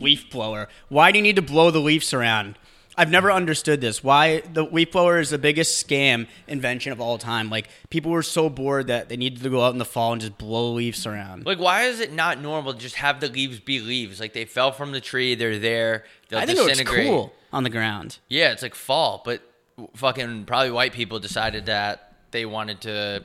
Speaker 2: Leaf blower. Why do you need to blow the leaves around? I've never understood this. Why the leaf blower is the biggest scam invention of all time. Like people were so bored that they needed to go out in the fall and just blow leaves around.
Speaker 1: Like, why is it not normal to just have the leaves be leaves? Like, they fell from the tree, they're there, they'll
Speaker 2: I think it looks
Speaker 1: disintegrate.
Speaker 2: cool on the ground.
Speaker 1: Yeah, it's like fall, but fucking probably white people decided that they wanted to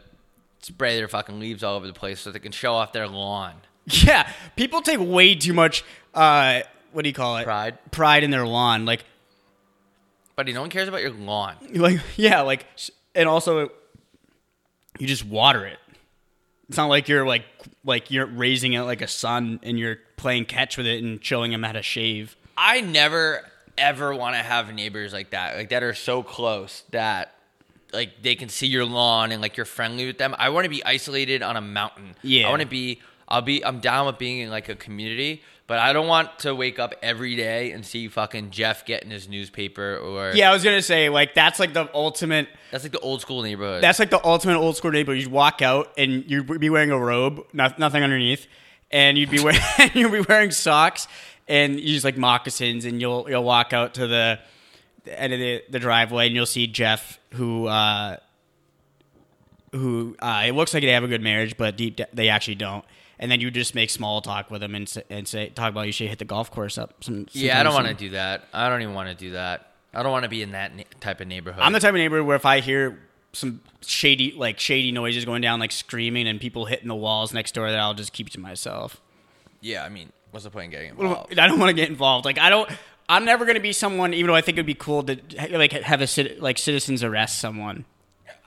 Speaker 1: spray their fucking leaves all over the place so they can show off their lawn.
Speaker 2: Yeah, people take way too much. Uh, what do you call it?
Speaker 1: Pride.
Speaker 2: Pride in their lawn. Like,
Speaker 1: Buddy, no one cares about your lawn.
Speaker 2: like yeah, like, s- and also, you just water it. It's not like you're like like you're raising it like a son and you're playing catch with it and showing him how to shave.
Speaker 1: I never ever want to have neighbors like that, like that are so close that like they can see your lawn and like you're friendly with them. I want to be isolated on a mountain.
Speaker 2: Yeah.
Speaker 1: I want to be. I'll be. I'm down with being in like a community, but I don't want to wake up every day and see fucking Jeff getting his newspaper or
Speaker 2: Yeah, I was gonna say like that's like the ultimate.
Speaker 1: That's like the old school neighborhood.
Speaker 2: That's like the ultimate old school neighborhood. You'd walk out and you'd be wearing a robe, not, nothing underneath, and you'd be wearing you'd be wearing socks and you use like moccasins, and you'll you'll walk out to the, the end of the, the driveway, and you'll see Jeff who. uh who uh, it looks like they have a good marriage, but deep d they actually don't. And then you just make small talk with them and, s- and say talk about you should hit the golf course up. Some,
Speaker 1: yeah. I don't
Speaker 2: sometime
Speaker 1: want
Speaker 2: soon.
Speaker 1: to do that. I don't even want to do that. I don't want to be in that na- type of neighborhood.
Speaker 2: I'm the type of neighbor where if I hear some shady like shady noises going down, like screaming and people hitting the walls next door, that I'll just keep to myself.
Speaker 1: yeah. I mean, what's the point in getting
Speaker 2: I
Speaker 1: involved?
Speaker 2: don't want to get involved. Like I don't. I'm never gonna be someone, even though I think it'd be cool to like have a cit- like citizens arrest someone.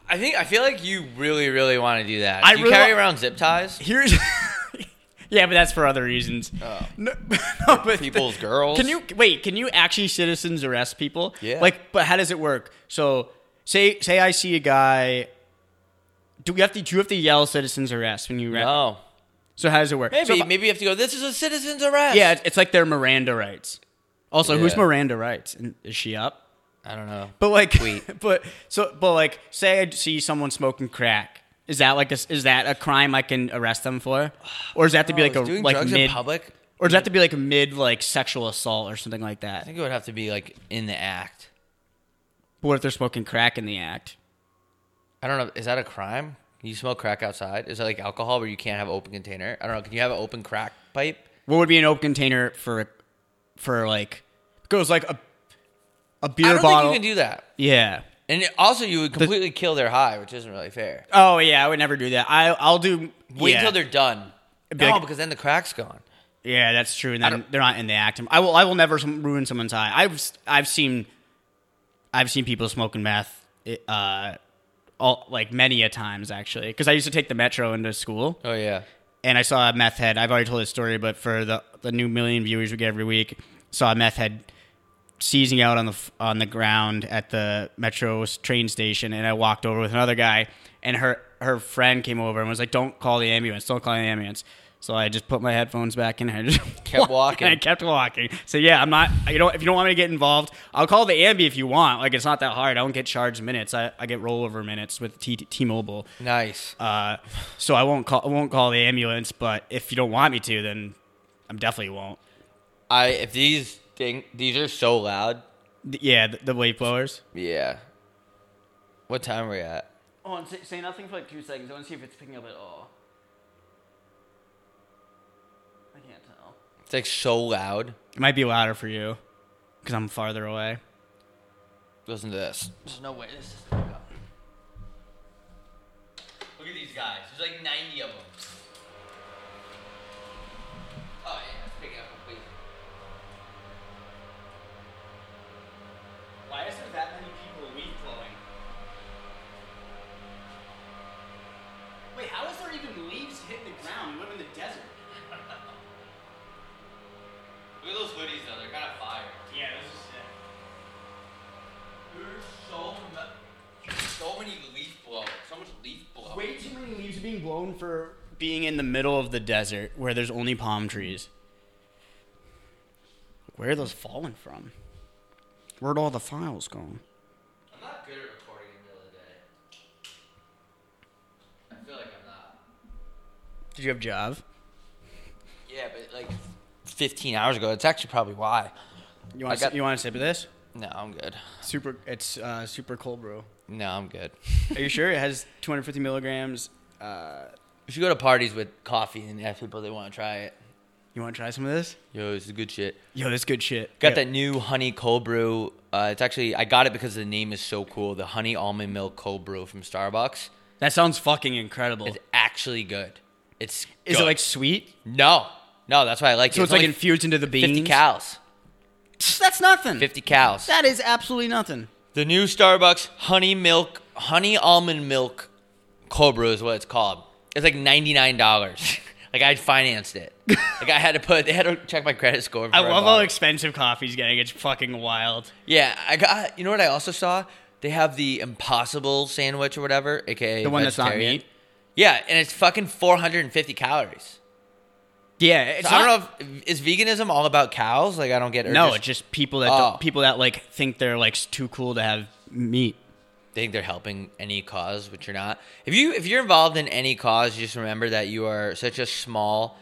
Speaker 1: I think I feel like you really, really want to do that.
Speaker 2: I
Speaker 1: Do you
Speaker 2: really-
Speaker 1: carry around zip ties.
Speaker 2: Here's. Yeah, but that's for other reasons.
Speaker 1: Oh.
Speaker 2: No, no, but
Speaker 1: people's girls.
Speaker 2: Can you wait? Can you actually citizens arrest people?
Speaker 1: Yeah.
Speaker 2: Like, but how does it work? So, say say I see a guy. Do we have to? Do you have to yell citizens arrest when you arrest?
Speaker 1: No.
Speaker 2: So how does it work? So
Speaker 1: Maybe
Speaker 2: if I-
Speaker 1: maybe you have to go. This is a citizen's arrest.
Speaker 2: yeah, it's- it's like their Miranda rights. Also, who's
Speaker 1: Yeah.
Speaker 2: Miranda rights? And is she up?
Speaker 1: I don't know.
Speaker 2: But like,
Speaker 1: Wait.
Speaker 2: but so, but like, say I see someone smoking crack. Is that like a is that a crime I can arrest them for, or does that have to be like a
Speaker 1: Oh, Is doing
Speaker 2: like
Speaker 1: drugs
Speaker 2: mid
Speaker 1: in public.
Speaker 2: or does that have to be like a mid like sexual assault or something like
Speaker 1: I
Speaker 2: that?
Speaker 1: think it would have to be like in the act.
Speaker 2: But what if they're smoking crack in the act?
Speaker 1: I don't know. Is that a crime? Can you smoke crack outside? Is that like alcohol where you can't have open container? I don't know. Can you have an open crack pipe?
Speaker 2: What would be an open container for for like goes like a a beer
Speaker 1: I don't
Speaker 2: bottle?
Speaker 1: think you can do that.
Speaker 2: yeah.
Speaker 1: And it- also, you would completely kill their high, which isn't really fair.
Speaker 2: Oh yeah, I would never do that. I I'll do
Speaker 1: Wait
Speaker 2: yeah.
Speaker 1: until they're done.
Speaker 2: be
Speaker 1: No,
Speaker 2: like-
Speaker 1: because then the crack's gone.
Speaker 2: Yeah, that's true. And then
Speaker 1: don't-
Speaker 2: they're not in the act. I will. I will never som- ruin someone's eye. I've s- I've seen, I've seen people smoking meth, it, uh, all like many a times actually. Because I used to take the metro into school,
Speaker 1: Oh yeah.
Speaker 2: and I saw a meth head. I've already told this story, but for the the new million viewers we get every week, saw a meth head seizing out on the f- on the ground at the metro s- train station, and I walked over with another guy, and her her friend came over and was like, "Don't call the ambulance! Don't call the ambulance!" So I just put my headphones back in and I just
Speaker 1: Kept walking.
Speaker 2: And I kept walking. So yeah, I'm not. You know, if you don't want me to get involved, I'll call the Ambi if you want. Like it's not that hard. I don't get charged minutes. I, I get rollover minutes with T T-Mobile.
Speaker 1: Nice.
Speaker 2: Uh, so I won't call. I won't call the ambulance. But if you don't want me to, then I'm definitely won't.
Speaker 1: I if these thing these are so loud.
Speaker 2: Th- Yeah, the, the late blowers.
Speaker 1: Yeah. What time are we at?
Speaker 2: Oh,
Speaker 4: Hold on, say, say nothing for like two seconds. I want to see if it's picking up at all. I can't tell.
Speaker 1: It's like so loud.
Speaker 2: It might be louder for you because I'm farther away.
Speaker 1: Listen to this.
Speaker 4: There's no way this is picking up.
Speaker 1: Look at these guys. There's like 90 of them. Oh yeah, it's picking up completely.
Speaker 2: Why is there that many people weed blowing? Wait, how is there even leaves hitting the ground? We live in the desert.
Speaker 1: Look at those hoodies though. They're kind of fire.
Speaker 2: Yeah, this is sick.
Speaker 1: There's so much, so many leaf blow. So much leaf blow.
Speaker 2: Way too many leaves are being blown for being in the middle of the desert where there's only palm trees. Where are those falling from? Where'd all the files go?
Speaker 1: I'm not good at recording in the middle of the day. I feel like I'm not.
Speaker 2: Did you have job?
Speaker 1: Yeah, but like 15 hours ago, that's actually probably why.
Speaker 2: You
Speaker 1: I
Speaker 2: want
Speaker 1: got-
Speaker 2: you want a sip of this?
Speaker 1: No, I'm good.
Speaker 2: Super, it's uh, super cold brew.
Speaker 1: No, I'm good.
Speaker 2: Are you sure it has 250 milligrams? Uh,
Speaker 1: We should go to parties with coffee and ask people they want to try it.
Speaker 2: you want to try some of this?
Speaker 1: Yo, this is good shit.
Speaker 2: Yo, this good shit.
Speaker 1: Got
Speaker 2: Yeah.
Speaker 1: that new honey cold brew. Uh, it's actually I got it because the name is so cool. The honey almond milk cold brew from Starbucks.
Speaker 2: That sounds fucking incredible.
Speaker 1: It's actually good. It's
Speaker 2: Is it
Speaker 1: good.
Speaker 2: like sweet?
Speaker 1: no, no? That's why I like it.
Speaker 2: So it's, like
Speaker 1: only
Speaker 2: infused into the beans.
Speaker 1: fifty cows.
Speaker 2: That's nothing.
Speaker 1: Fifty cows.
Speaker 2: That is absolutely nothing.
Speaker 1: The new Starbucks honey milk, honey almond milk cold brew is what it's called. It's like ninety nine dollars. like I financed it. like I had to put, they had to check my credit score.
Speaker 2: I
Speaker 1: before
Speaker 2: love
Speaker 1: bought
Speaker 2: how
Speaker 1: it.
Speaker 2: expensive coffee's getting. It's fucking wild.
Speaker 1: Yeah, I got. You know what I also saw? They have the Impossible sandwich or whatever, aka
Speaker 2: The one that's not
Speaker 1: vegetarian.
Speaker 2: meat?
Speaker 1: Yeah, and it's fucking 450 calories.
Speaker 2: Yeah, it's
Speaker 1: So I don't know. If, is veganism all about cows? Like I don't get. It. Or
Speaker 2: no, it's just people that
Speaker 1: Oh.
Speaker 2: don't, people that like think they're like s- too cool to have meat.
Speaker 1: they think they're helping any cause, which you're not. If you if you're involved in any cause, just remember that you are such a small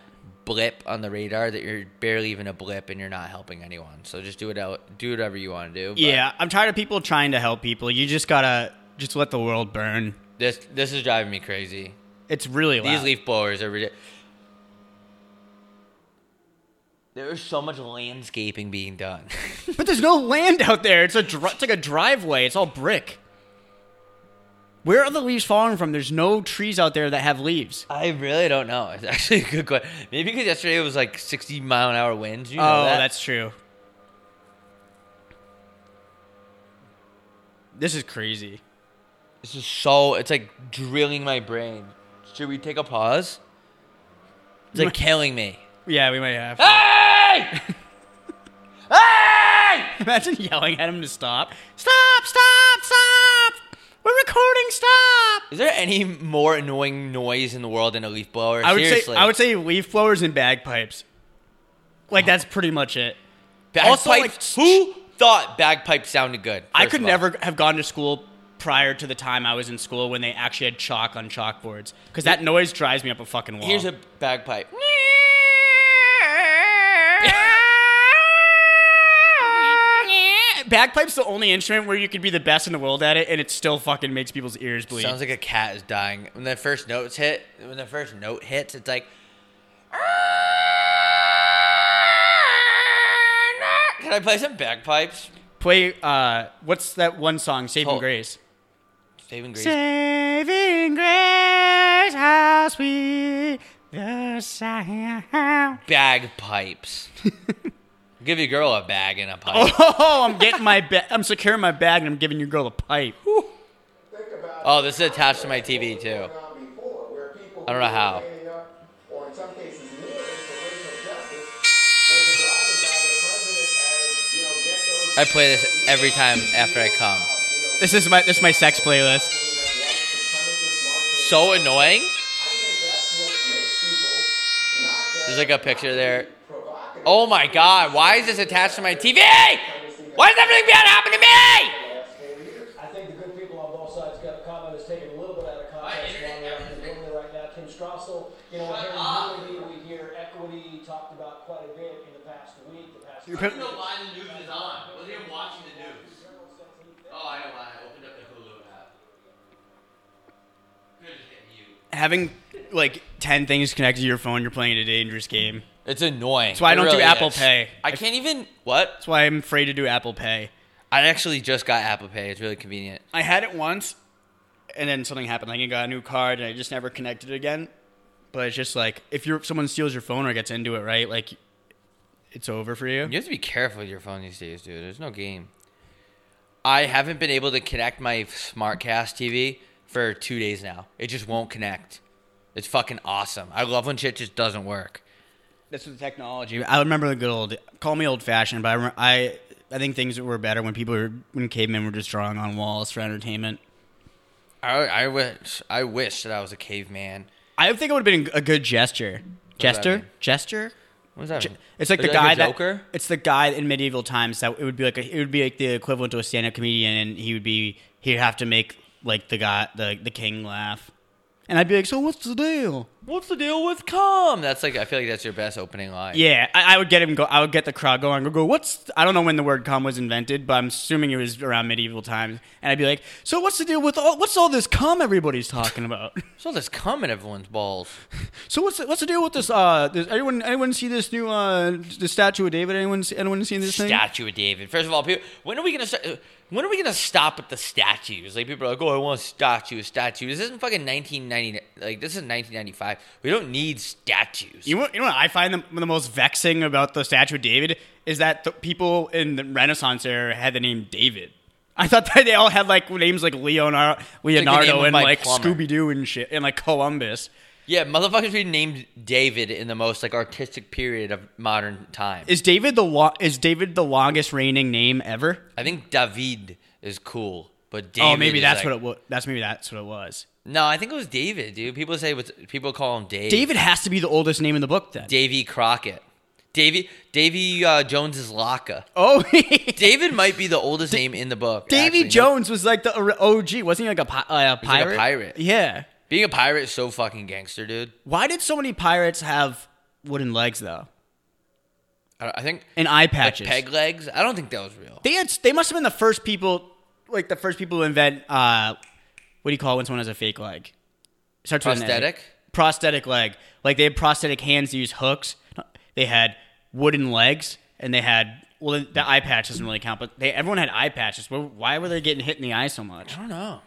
Speaker 1: blip on the radar that you're barely even a blip, and you're not helping anyone. So just do it out. Do whatever you want to do. but
Speaker 2: Yeah, I'm tired of people trying to help people. You just gotta just let the world burn.
Speaker 1: This this is driving me crazy.
Speaker 2: It's really loud.
Speaker 1: These leaf blowers are ridiculous. There is so much landscaping being done.
Speaker 2: But there's no land out there. It's a dri- it's like a driveway. It's all brick. Where are the leaves falling from? There's no trees out there that have leaves.
Speaker 1: I really don't know. It's actually a good question. Maybe because yesterday it was like 60 mile an hour winds. You know
Speaker 2: oh,
Speaker 1: that.
Speaker 2: that's true. This is crazy.
Speaker 1: This is so. It's like drilling my brain. Should we take a pause? It's like killing me.
Speaker 2: Yeah, we might have. to.
Speaker 1: Hey! hey!
Speaker 2: Imagine yelling at him to stop. Stop! Stop! Stop! We're recording. Stop!
Speaker 1: Is there any more annoying noise in the world than a leaf blower?
Speaker 2: I would
Speaker 1: Seriously.
Speaker 2: say I would say leaf blowers and bagpipes. Like that's pretty much it.
Speaker 1: Bagpipes.
Speaker 2: also, like,
Speaker 1: who thought bagpipes sounded good?
Speaker 2: I
Speaker 1: first
Speaker 2: could
Speaker 1: of all?
Speaker 2: never have gone to school prior to the time I was in school when they actually had chalk on chalkboards because that noise drives me up a fucking wall.
Speaker 1: Here's a bagpipe.
Speaker 2: bagpipe's the only instrument where you could be the best in the world at it, and it still fucking makes people's ears bleed.
Speaker 1: Sounds like a cat is dying. When the first notes hit, when the first note hits, it's like. Can I play some bagpipes?
Speaker 2: Play uh, what's that one song? Saving
Speaker 1: Hold-
Speaker 2: Grace.
Speaker 1: Saving grace.
Speaker 2: Saving Grace, how sweet the sound.
Speaker 1: Bagpipes. Give your girl a bag and a pipe.
Speaker 2: Oh, I'm getting my bag. I'm securing my bag, and I'm giving your girl a pipe.
Speaker 1: Oh, this is attached to my TV too. I don't know how.
Speaker 5: Or in some cases, kneeling for racial justice, was derided by the president as, you know, get those
Speaker 1: I play this every time after I come.
Speaker 2: This is my this is my sex playlist.
Speaker 1: So annoying.
Speaker 5: I think that's what makes people not
Speaker 1: There's like a picture there. Oh my God! Why is this attached to my TV? Why does everything bad happen to me?
Speaker 6: I think the good people on both sides got a comment that's taken a little bit out of context. Why we're in the room right now, Kim Strassel, you know, here in unity, we hear equity talked about quite a bit in the past week, the past.
Speaker 2: You're
Speaker 1: I
Speaker 2: put-
Speaker 1: don't know why the news is on. I wasn't even watching the news. Oh, I know why. I opened up the Hulu app. Could've just hit mute.
Speaker 2: having like 10 things connected to your phone, you're playing a dangerous game.
Speaker 1: It's annoying.
Speaker 2: That's why I
Speaker 1: It
Speaker 2: don't do
Speaker 1: really
Speaker 2: Apple
Speaker 1: is.
Speaker 2: Pay.
Speaker 1: I can't even. What?
Speaker 2: That's why I'm afraid to do Apple Pay.
Speaker 1: I actually just got Apple Pay. It's really convenient.
Speaker 2: I had it once, and then something happened. Like I got a new card, and I just never connected it again. But it's just like if you're someone steals your phone or gets into it, right? Like it's over for you.
Speaker 1: You have to be careful with your phone these days, dude. There's no game. I haven't been able to connect my SmartCast TV for two days now. It just won't connect. It's fucking awesome. I love when shit just doesn't work.
Speaker 2: That's the technology. I remember the good old. Call me old fashioned, but I rem- I I think things were better when people were when cavemen were just drawing on walls for entertainment.
Speaker 1: I, I wish I wish that I was a caveman.
Speaker 2: I think it would have been a good gesture.
Speaker 1: does that
Speaker 2: Jester,
Speaker 1: mean?
Speaker 2: gesture.
Speaker 1: What is that?
Speaker 2: J-
Speaker 1: mean?
Speaker 2: It's like
Speaker 1: Is
Speaker 2: the
Speaker 1: it
Speaker 2: guy
Speaker 1: a
Speaker 2: that
Speaker 1: Joker.
Speaker 2: it's the guy in medieval times that it would be like a, it would be like the equivalent to a stand-up comedian, and he would be he'd have to make like the guy the the king laugh, and I'd be like, so what's the deal?
Speaker 1: What's the deal with cum? That's like I feel like that's your best opening line.
Speaker 2: Yeah, I, I would get him go. I would get the crowd going. Go go. What's I don't know when the word cum was invented, but I'm assuming it was around medieval times, and I'd be like, so what's the deal with all what's all this cum everybody's talking about?
Speaker 1: So there's cum in everyone's balls.
Speaker 2: so what's the, what's the deal with this? Uh, this, anyone anyone see this new uh the statue of David? Anyone see- anyone seen this thing?
Speaker 1: Statue of David. First of all, people, when are we gonna start? When are we gonna stop at the statues? Like people are like, oh, I want a statue, a statue. This isn't fucking 1990. Like this is 1995. We don't need statues.
Speaker 2: You know, you know what I find the, the most vexing about the statue of David is that the people in the Renaissance era had the name David. I thought that they all had like names like Leonardo,
Speaker 1: name
Speaker 2: Leonardo
Speaker 1: of
Speaker 2: and
Speaker 1: my
Speaker 2: like
Speaker 1: plumber.
Speaker 2: Scooby Doo and shit, and like Columbus.
Speaker 1: yeah, motherfuckers being named David in the most like artistic period of modern time.
Speaker 2: Is David the lo- is David the longest reigning name ever?
Speaker 1: I think David is cool, but David
Speaker 2: oh, maybe
Speaker 1: is
Speaker 2: that's
Speaker 1: like-
Speaker 2: what it was. That's maybe that's what it was.
Speaker 1: No, I think it was David, dude. People say what's people call him Dave.
Speaker 2: David has to be the oldest name in the book then.
Speaker 1: Davy Crockett. Davy Davy uh, Jones's Laka.
Speaker 2: oh,
Speaker 1: David might be the oldest name in the book.
Speaker 2: Davy
Speaker 1: actually.
Speaker 2: Jones was like the ori- OG, wasn't he? Like a, pi- uh, a
Speaker 1: was like a
Speaker 2: pirate.
Speaker 1: pirate.
Speaker 2: Yeah.
Speaker 1: Being a pirate is so fucking gangster, dude.
Speaker 2: Why did so many pirates have wooden legs though?
Speaker 1: I I think
Speaker 2: And eye
Speaker 1: like
Speaker 2: patches.
Speaker 1: peg legs. I don't think that was real.
Speaker 2: they had they must have been the first people like the first people to invent uh what do you call it when someone has a fake leg starts with an A.
Speaker 1: Prosthetic?
Speaker 2: prosthetic leg like they had prosthetic hands to use hooks they had wooden legs and they had well the eye patch doesn't really count but they everyone had eye patches Well, why were they getting hit in the eye so much
Speaker 1: I don't know.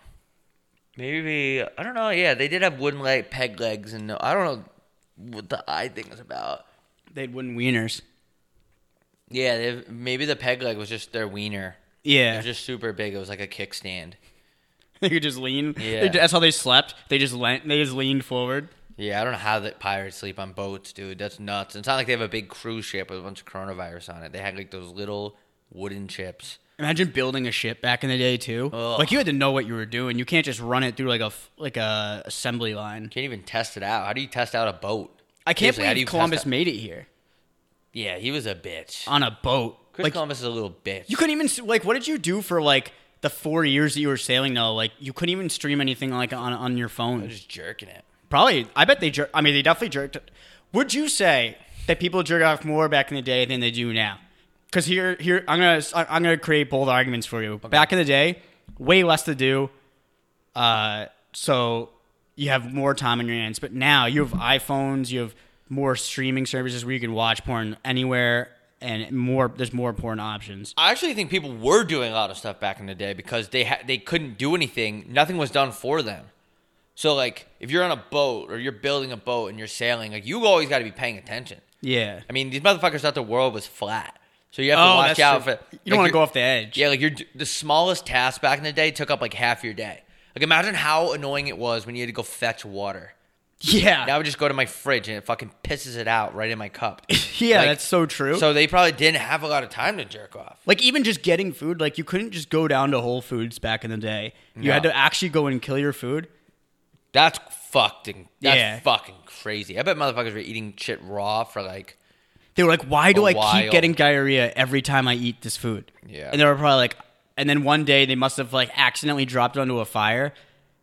Speaker 1: Maybe I don't know. Yeah, they did have wooden leg peg legs, and no, I don't know what the eye thing is about.
Speaker 2: they had wooden wieners
Speaker 1: Yeah, they, maybe the peg leg was just their wiener. It
Speaker 2: yeah
Speaker 1: was just super big. It was like a kickstand.
Speaker 2: they could just lean
Speaker 1: Yeah.
Speaker 2: They- that's how they slept they just leant they just leaned forward
Speaker 1: Yeah, I don't know how that pirates sleep on boats, dude. That's nuts. It's not like they have a big cruise ship with a bunch of coronavirus on it. They had like those little wooden chips.
Speaker 2: Imagine building a ship back in the day too.
Speaker 1: Ugh.
Speaker 2: Like you had to know what you were doing. You can't just run it through like a f- like a assembly line.
Speaker 1: Can't even test it out. How do you test out a boat?
Speaker 2: I can't
Speaker 1: Seriously, how do you
Speaker 2: believe
Speaker 1: test
Speaker 2: Columbus
Speaker 1: out-
Speaker 2: made it here
Speaker 1: Yeah, he was a bitch.
Speaker 2: on a boat.
Speaker 1: Chris
Speaker 2: Um, like
Speaker 1: Columbus is a little bitch.
Speaker 2: you couldn't even s- like what did you do for like the four years that you were sailing though? Like you couldn't even stream anything like on on your phone.
Speaker 1: just jerking it.
Speaker 2: Probably. I bet they jerk. I mean, they definitely jerked. Would you say that people jerk off more back in the day than they do now? Because here, here, I'm gonna, I'm gonna create bold arguments for you. Back in the day, way less to do. Uh, so you have more time on your hands. But now you have iPhones. You have more streaming services where you can watch porn anywhere, and more. There's more porn options.
Speaker 1: I actually think people were doing a lot of stuff back in the day because they ha- they couldn't do anything. Nothing was done for them. So like, if you're on a boat or you're building a boat and you're sailing, like you always got to be paying attention.
Speaker 2: Yeah.
Speaker 1: I mean, these motherfuckers thought the world was flat, so you have to
Speaker 2: Oh,
Speaker 1: watch
Speaker 2: that's
Speaker 1: out
Speaker 2: true.
Speaker 1: for.
Speaker 2: You don't wanna
Speaker 1: you're-
Speaker 2: go off the edge.
Speaker 1: Yeah, like you're the smallest task back in the day took up like half your day. Like imagine how annoying it was when you had to go fetch water.
Speaker 2: Yeah.
Speaker 1: Now I would just go to my fridge and it fucking pisses it out right in my cup.
Speaker 2: yeah.
Speaker 1: Like,
Speaker 2: that's so true.
Speaker 1: So they probably didn't have a lot of time to jerk off.
Speaker 2: Like even just getting food, like you couldn't just go down to Whole Foods back in the day. You had
Speaker 1: No.
Speaker 2: to actually go and kill your food.
Speaker 1: That's fucking. That's
Speaker 2: Yeah.
Speaker 1: fucking crazy. I bet motherfuckers were eating shit raw for like.
Speaker 2: They were like, "Why do
Speaker 1: A
Speaker 2: I
Speaker 1: while.
Speaker 2: keep getting diarrhea every time I eat this food?"
Speaker 1: Yeah.
Speaker 2: and they were probably like, and then one day they must have like accidentally dropped it onto a fire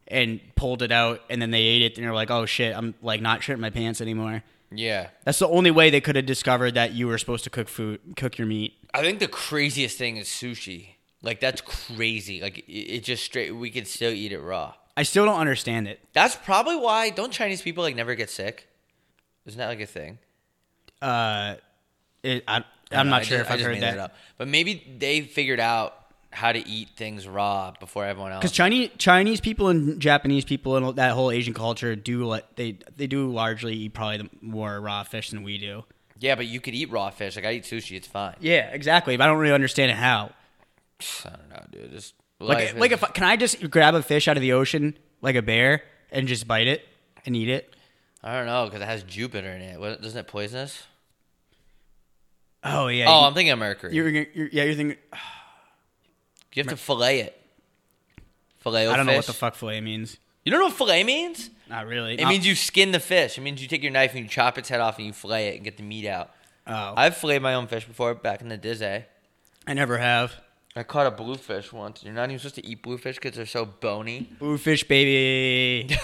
Speaker 2: and pulled it out, and then they ate it, and they're like, "Oh shit, I'm like not shitting my pants anymore."
Speaker 1: Yeah,
Speaker 2: That's the only way they could have discovered that you were supposed to cook food, cook your meat.
Speaker 1: I think the craziest thing is sushi. Like that's crazy. Like it, it just straight. We can still eat it raw.
Speaker 2: I still don't understand it.
Speaker 1: That's probably why don't Chinese people like never get sick? Isn't that like a thing?
Speaker 2: it I,
Speaker 1: I
Speaker 2: I'm
Speaker 1: don't know, I
Speaker 2: not sure
Speaker 1: just-
Speaker 2: if
Speaker 1: I
Speaker 2: I've
Speaker 1: just
Speaker 2: heard
Speaker 1: made
Speaker 2: that.
Speaker 1: up. But maybe they figured out how to eat things raw before everyone else.
Speaker 2: Because Chinese Chinese people and Japanese people and that whole Asian culture do like they they do largely eat probably the more raw fish than we do.
Speaker 1: yeah, but you could eat raw fish. Like I eat sushi, it's fine.
Speaker 2: Yeah, exactly. But I don't really understand how.
Speaker 1: I don't know, dude. Just
Speaker 2: Like like if I- can I just grab a fish out of the ocean like a bear and just bite it and eat it?
Speaker 1: I don't know because it has Jupiter in it. What, doesn't it poisonous?
Speaker 2: Oh yeah.
Speaker 1: Oh,
Speaker 2: you-
Speaker 1: I'm thinking of Mercury.
Speaker 2: you're, you're, yeah you're thinking
Speaker 1: you have to fillet it. Fillet.
Speaker 2: I don't know what the fuck fillet means.
Speaker 1: You don't know what fillet means?
Speaker 2: Not really.
Speaker 1: It means you skin the fish. It means you take your knife and you chop its head off and you fillet it and get the meat out.
Speaker 2: Oh, I,
Speaker 1: I've filleted my own fish before back in the dizzy.
Speaker 2: never have.
Speaker 1: I caught a bluefish once. You're not even supposed to eat bluefish because they're so bony.
Speaker 2: Ooh, fish baby.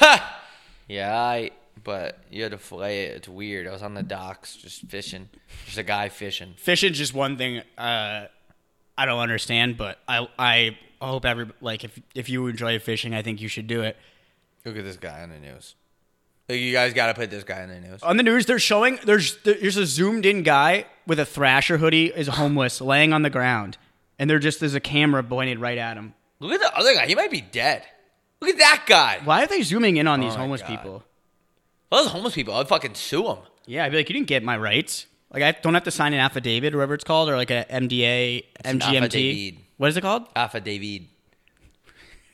Speaker 1: Yeah, I, but you had to fillet it. It's weird. I was on the docks just fishing. Just a guy fishing.
Speaker 2: fishing's just one thing uh, I don't understand, but I I hope every like if if you enjoy fishing, I think you should do it.
Speaker 1: Look at this guy on the news. Like, you guys got to put this guy on the news.
Speaker 2: On the news, they're showing there's there's a zoomed in guy with a thrasher hoodie is homeless, laying on the ground, and they're just there's a camera pointed right at him.
Speaker 1: Look at the other guy. He might be dead. Look at that guy.
Speaker 2: Why are they zooming in on these
Speaker 1: Oh my
Speaker 2: homeless
Speaker 1: God.
Speaker 2: people?
Speaker 1: Those homeless people. I'd fucking sue them.
Speaker 2: Yeah, I'd be like, you didn't get my rights. Like I don't have to sign an affidavit or whatever it's called, or like a MDA,
Speaker 1: an
Speaker 2: MGMT.
Speaker 1: affidavit.
Speaker 2: What is it called?
Speaker 1: Alpha David.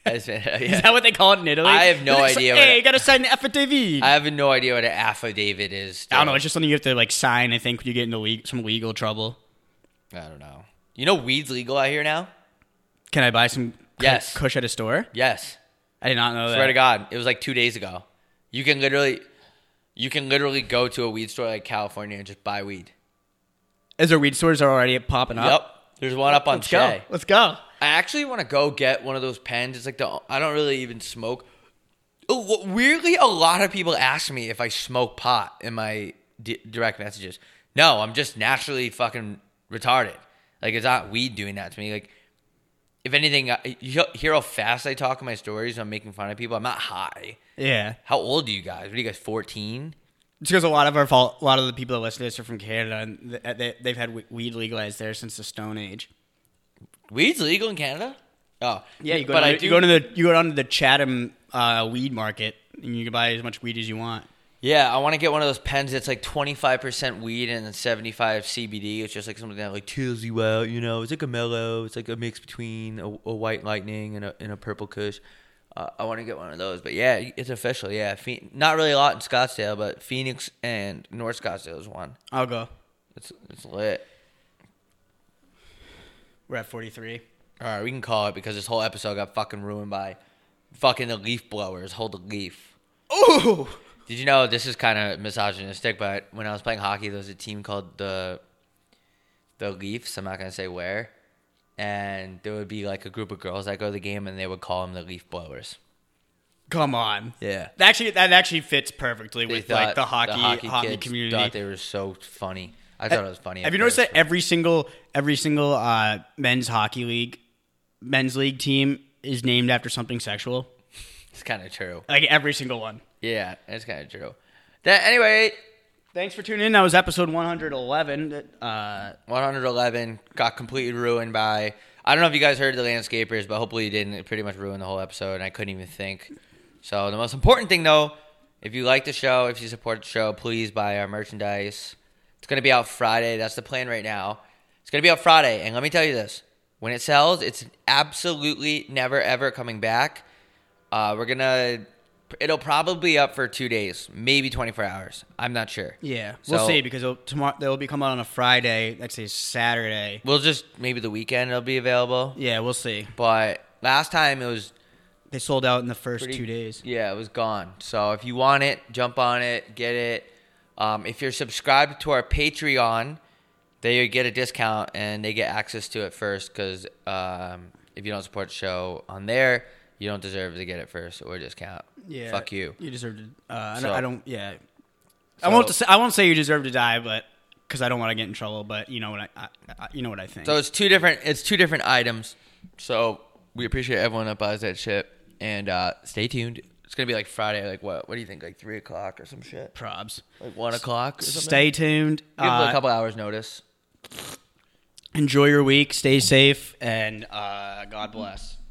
Speaker 1: That's-
Speaker 2: Is
Speaker 1: yeah.
Speaker 2: that what they call it in Italy?
Speaker 1: I have no
Speaker 2: They're like,
Speaker 1: idea what
Speaker 2: Hey,
Speaker 1: it-
Speaker 2: you gotta sign the affidavit.
Speaker 1: I have no idea what an affidavit is.
Speaker 2: I don't know.
Speaker 1: dude.
Speaker 2: It's just something you have to like sign. I think when you get into le- some legal trouble.
Speaker 1: I don't know. You know weed's legal out here now?
Speaker 2: Can I buy some?
Speaker 1: Yes.
Speaker 2: Kush at a store.
Speaker 1: Yes.
Speaker 2: I did not know that.
Speaker 1: Swear to God, it was like two days ago. You can literally, you can literally go to a weed store like California and just buy weed.
Speaker 2: Is there weed stores that are already popping
Speaker 1: Yep.
Speaker 2: up?
Speaker 1: There's one up on
Speaker 2: Let's go.
Speaker 1: Shea.
Speaker 2: Let's go.
Speaker 1: I actually want to go get one of those pens. It's like the I don't really even smoke. Oh, wh- Weirdly, a lot of people ask me if I smoke pot in my di- direct messages. No, I'm just naturally fucking retarded. Like it's not weed doing that to me. Like if anything, I, you hear how fast I talk in my stories. when I'm making fun of people. I'm not high.
Speaker 2: Yeah.
Speaker 1: How old are you guys? What are you guys? 14?
Speaker 2: It's because a lot of our fault, a lot of the people that listen to this are from Canada, and th- uh, they, they've had we- weed legalized there since the Stone Age.
Speaker 1: Weed's legal in Canada. Oh
Speaker 2: Yeah, you go,
Speaker 1: but
Speaker 2: down,
Speaker 1: I
Speaker 2: to-
Speaker 1: do.
Speaker 2: you go to the you go down to the Chatham uh, weed market, and you can buy as much weed as you want.
Speaker 1: Yeah, I want to get one of those pens that's like 25% weed and then 75 CBD. It's just like something that like chills you out, you know. It's like a mellow. It's like a mix between a, a white lightning and a, and a purple kush. Uh, I want to get one of those. But yeah, it's official. Yeah, Phe- not really a lot in Scottsdale, but Phoenix and North Scottsdale is one.
Speaker 2: I'll go.
Speaker 1: It's it's lit.
Speaker 2: We're at forty three.
Speaker 1: All right, we can call it because this whole episode got fucking ruined by fucking the leaf blowers. Hold the leaf.
Speaker 2: Ooh.
Speaker 1: Did you know this is kind of misogynistic? But when I was playing hockey, there was a team called the the Leafs. I'm not gonna say where, and there would be like a group of girls that go to the game, and they would call them the leaf blowers.
Speaker 2: Come on.
Speaker 1: Yeah.
Speaker 2: Actually, that actually fits perfectly
Speaker 1: They
Speaker 2: with like
Speaker 1: thought-
Speaker 2: the hockey, hockey
Speaker 1: kids
Speaker 2: community.
Speaker 1: Thought they were so funny. I thought it was funny.
Speaker 2: Have
Speaker 1: at
Speaker 2: you noticed that
Speaker 1: first.
Speaker 2: every single every single uh, men's hockey league, men's league team is named after something sexual?
Speaker 1: It's kind of true.
Speaker 2: Like every single one.
Speaker 1: Yeah, it's kind of true. That anyway,
Speaker 2: Thanks for tuning in. That was episode 111. Uh,
Speaker 1: 111 got completely ruined by. I don't know if you guys heard the landscapers, but hopefully you didn't. It pretty much ruined the whole episode, and I couldn't even think. So the most important thing, though, if you like the show, if you support the show, please buy our merchandise. It's gonna be out Friday. That's the plan right now. It's gonna be out Friday, and let me tell you this: when it sells, it's absolutely never ever coming back. Uh, we're gonna. It'll probably be up for two days, maybe 24 hours. I'm not sure.
Speaker 2: yeah, we'll
Speaker 1: So-
Speaker 2: see because it'll, tomorrow they'll be coming out on a Friday. That's a Saturday.
Speaker 1: We'll just maybe the weekend it'll be available.
Speaker 2: Yeah, we'll see.
Speaker 1: But last time it was
Speaker 2: They sold out in the first
Speaker 1: pretty-
Speaker 2: two days.
Speaker 1: Yeah, it was gone. So if you want it, jump on it, get it. Um, if you're subscribed to our Patreon, they get a discount and they get access to it first because um, if you don't support the show on there, you don't deserve to get it first or a discount.
Speaker 2: Yeah,
Speaker 1: Fuck you.
Speaker 2: You deserve to. Uh, I,
Speaker 1: So-
Speaker 2: don't, I don't. Yeah, I won't.
Speaker 1: So-
Speaker 2: Say, I won't say you deserve to die, but because I don't want to get in trouble. But you know what I, I, I you know what I think.
Speaker 1: So it's two different. It's two different items. So we appreciate everyone that buys that shit and uh, stay tuned. It's gonna be like Friday. Like what? What do you think? Like three o'clock or some shit.
Speaker 2: probs.
Speaker 1: Like one o'clock. Or something?
Speaker 2: Stay tuned.
Speaker 1: Give it a
Speaker 2: Uh,
Speaker 1: couple hours notice.
Speaker 2: enjoy your week. Stay safe, and uh, God bless.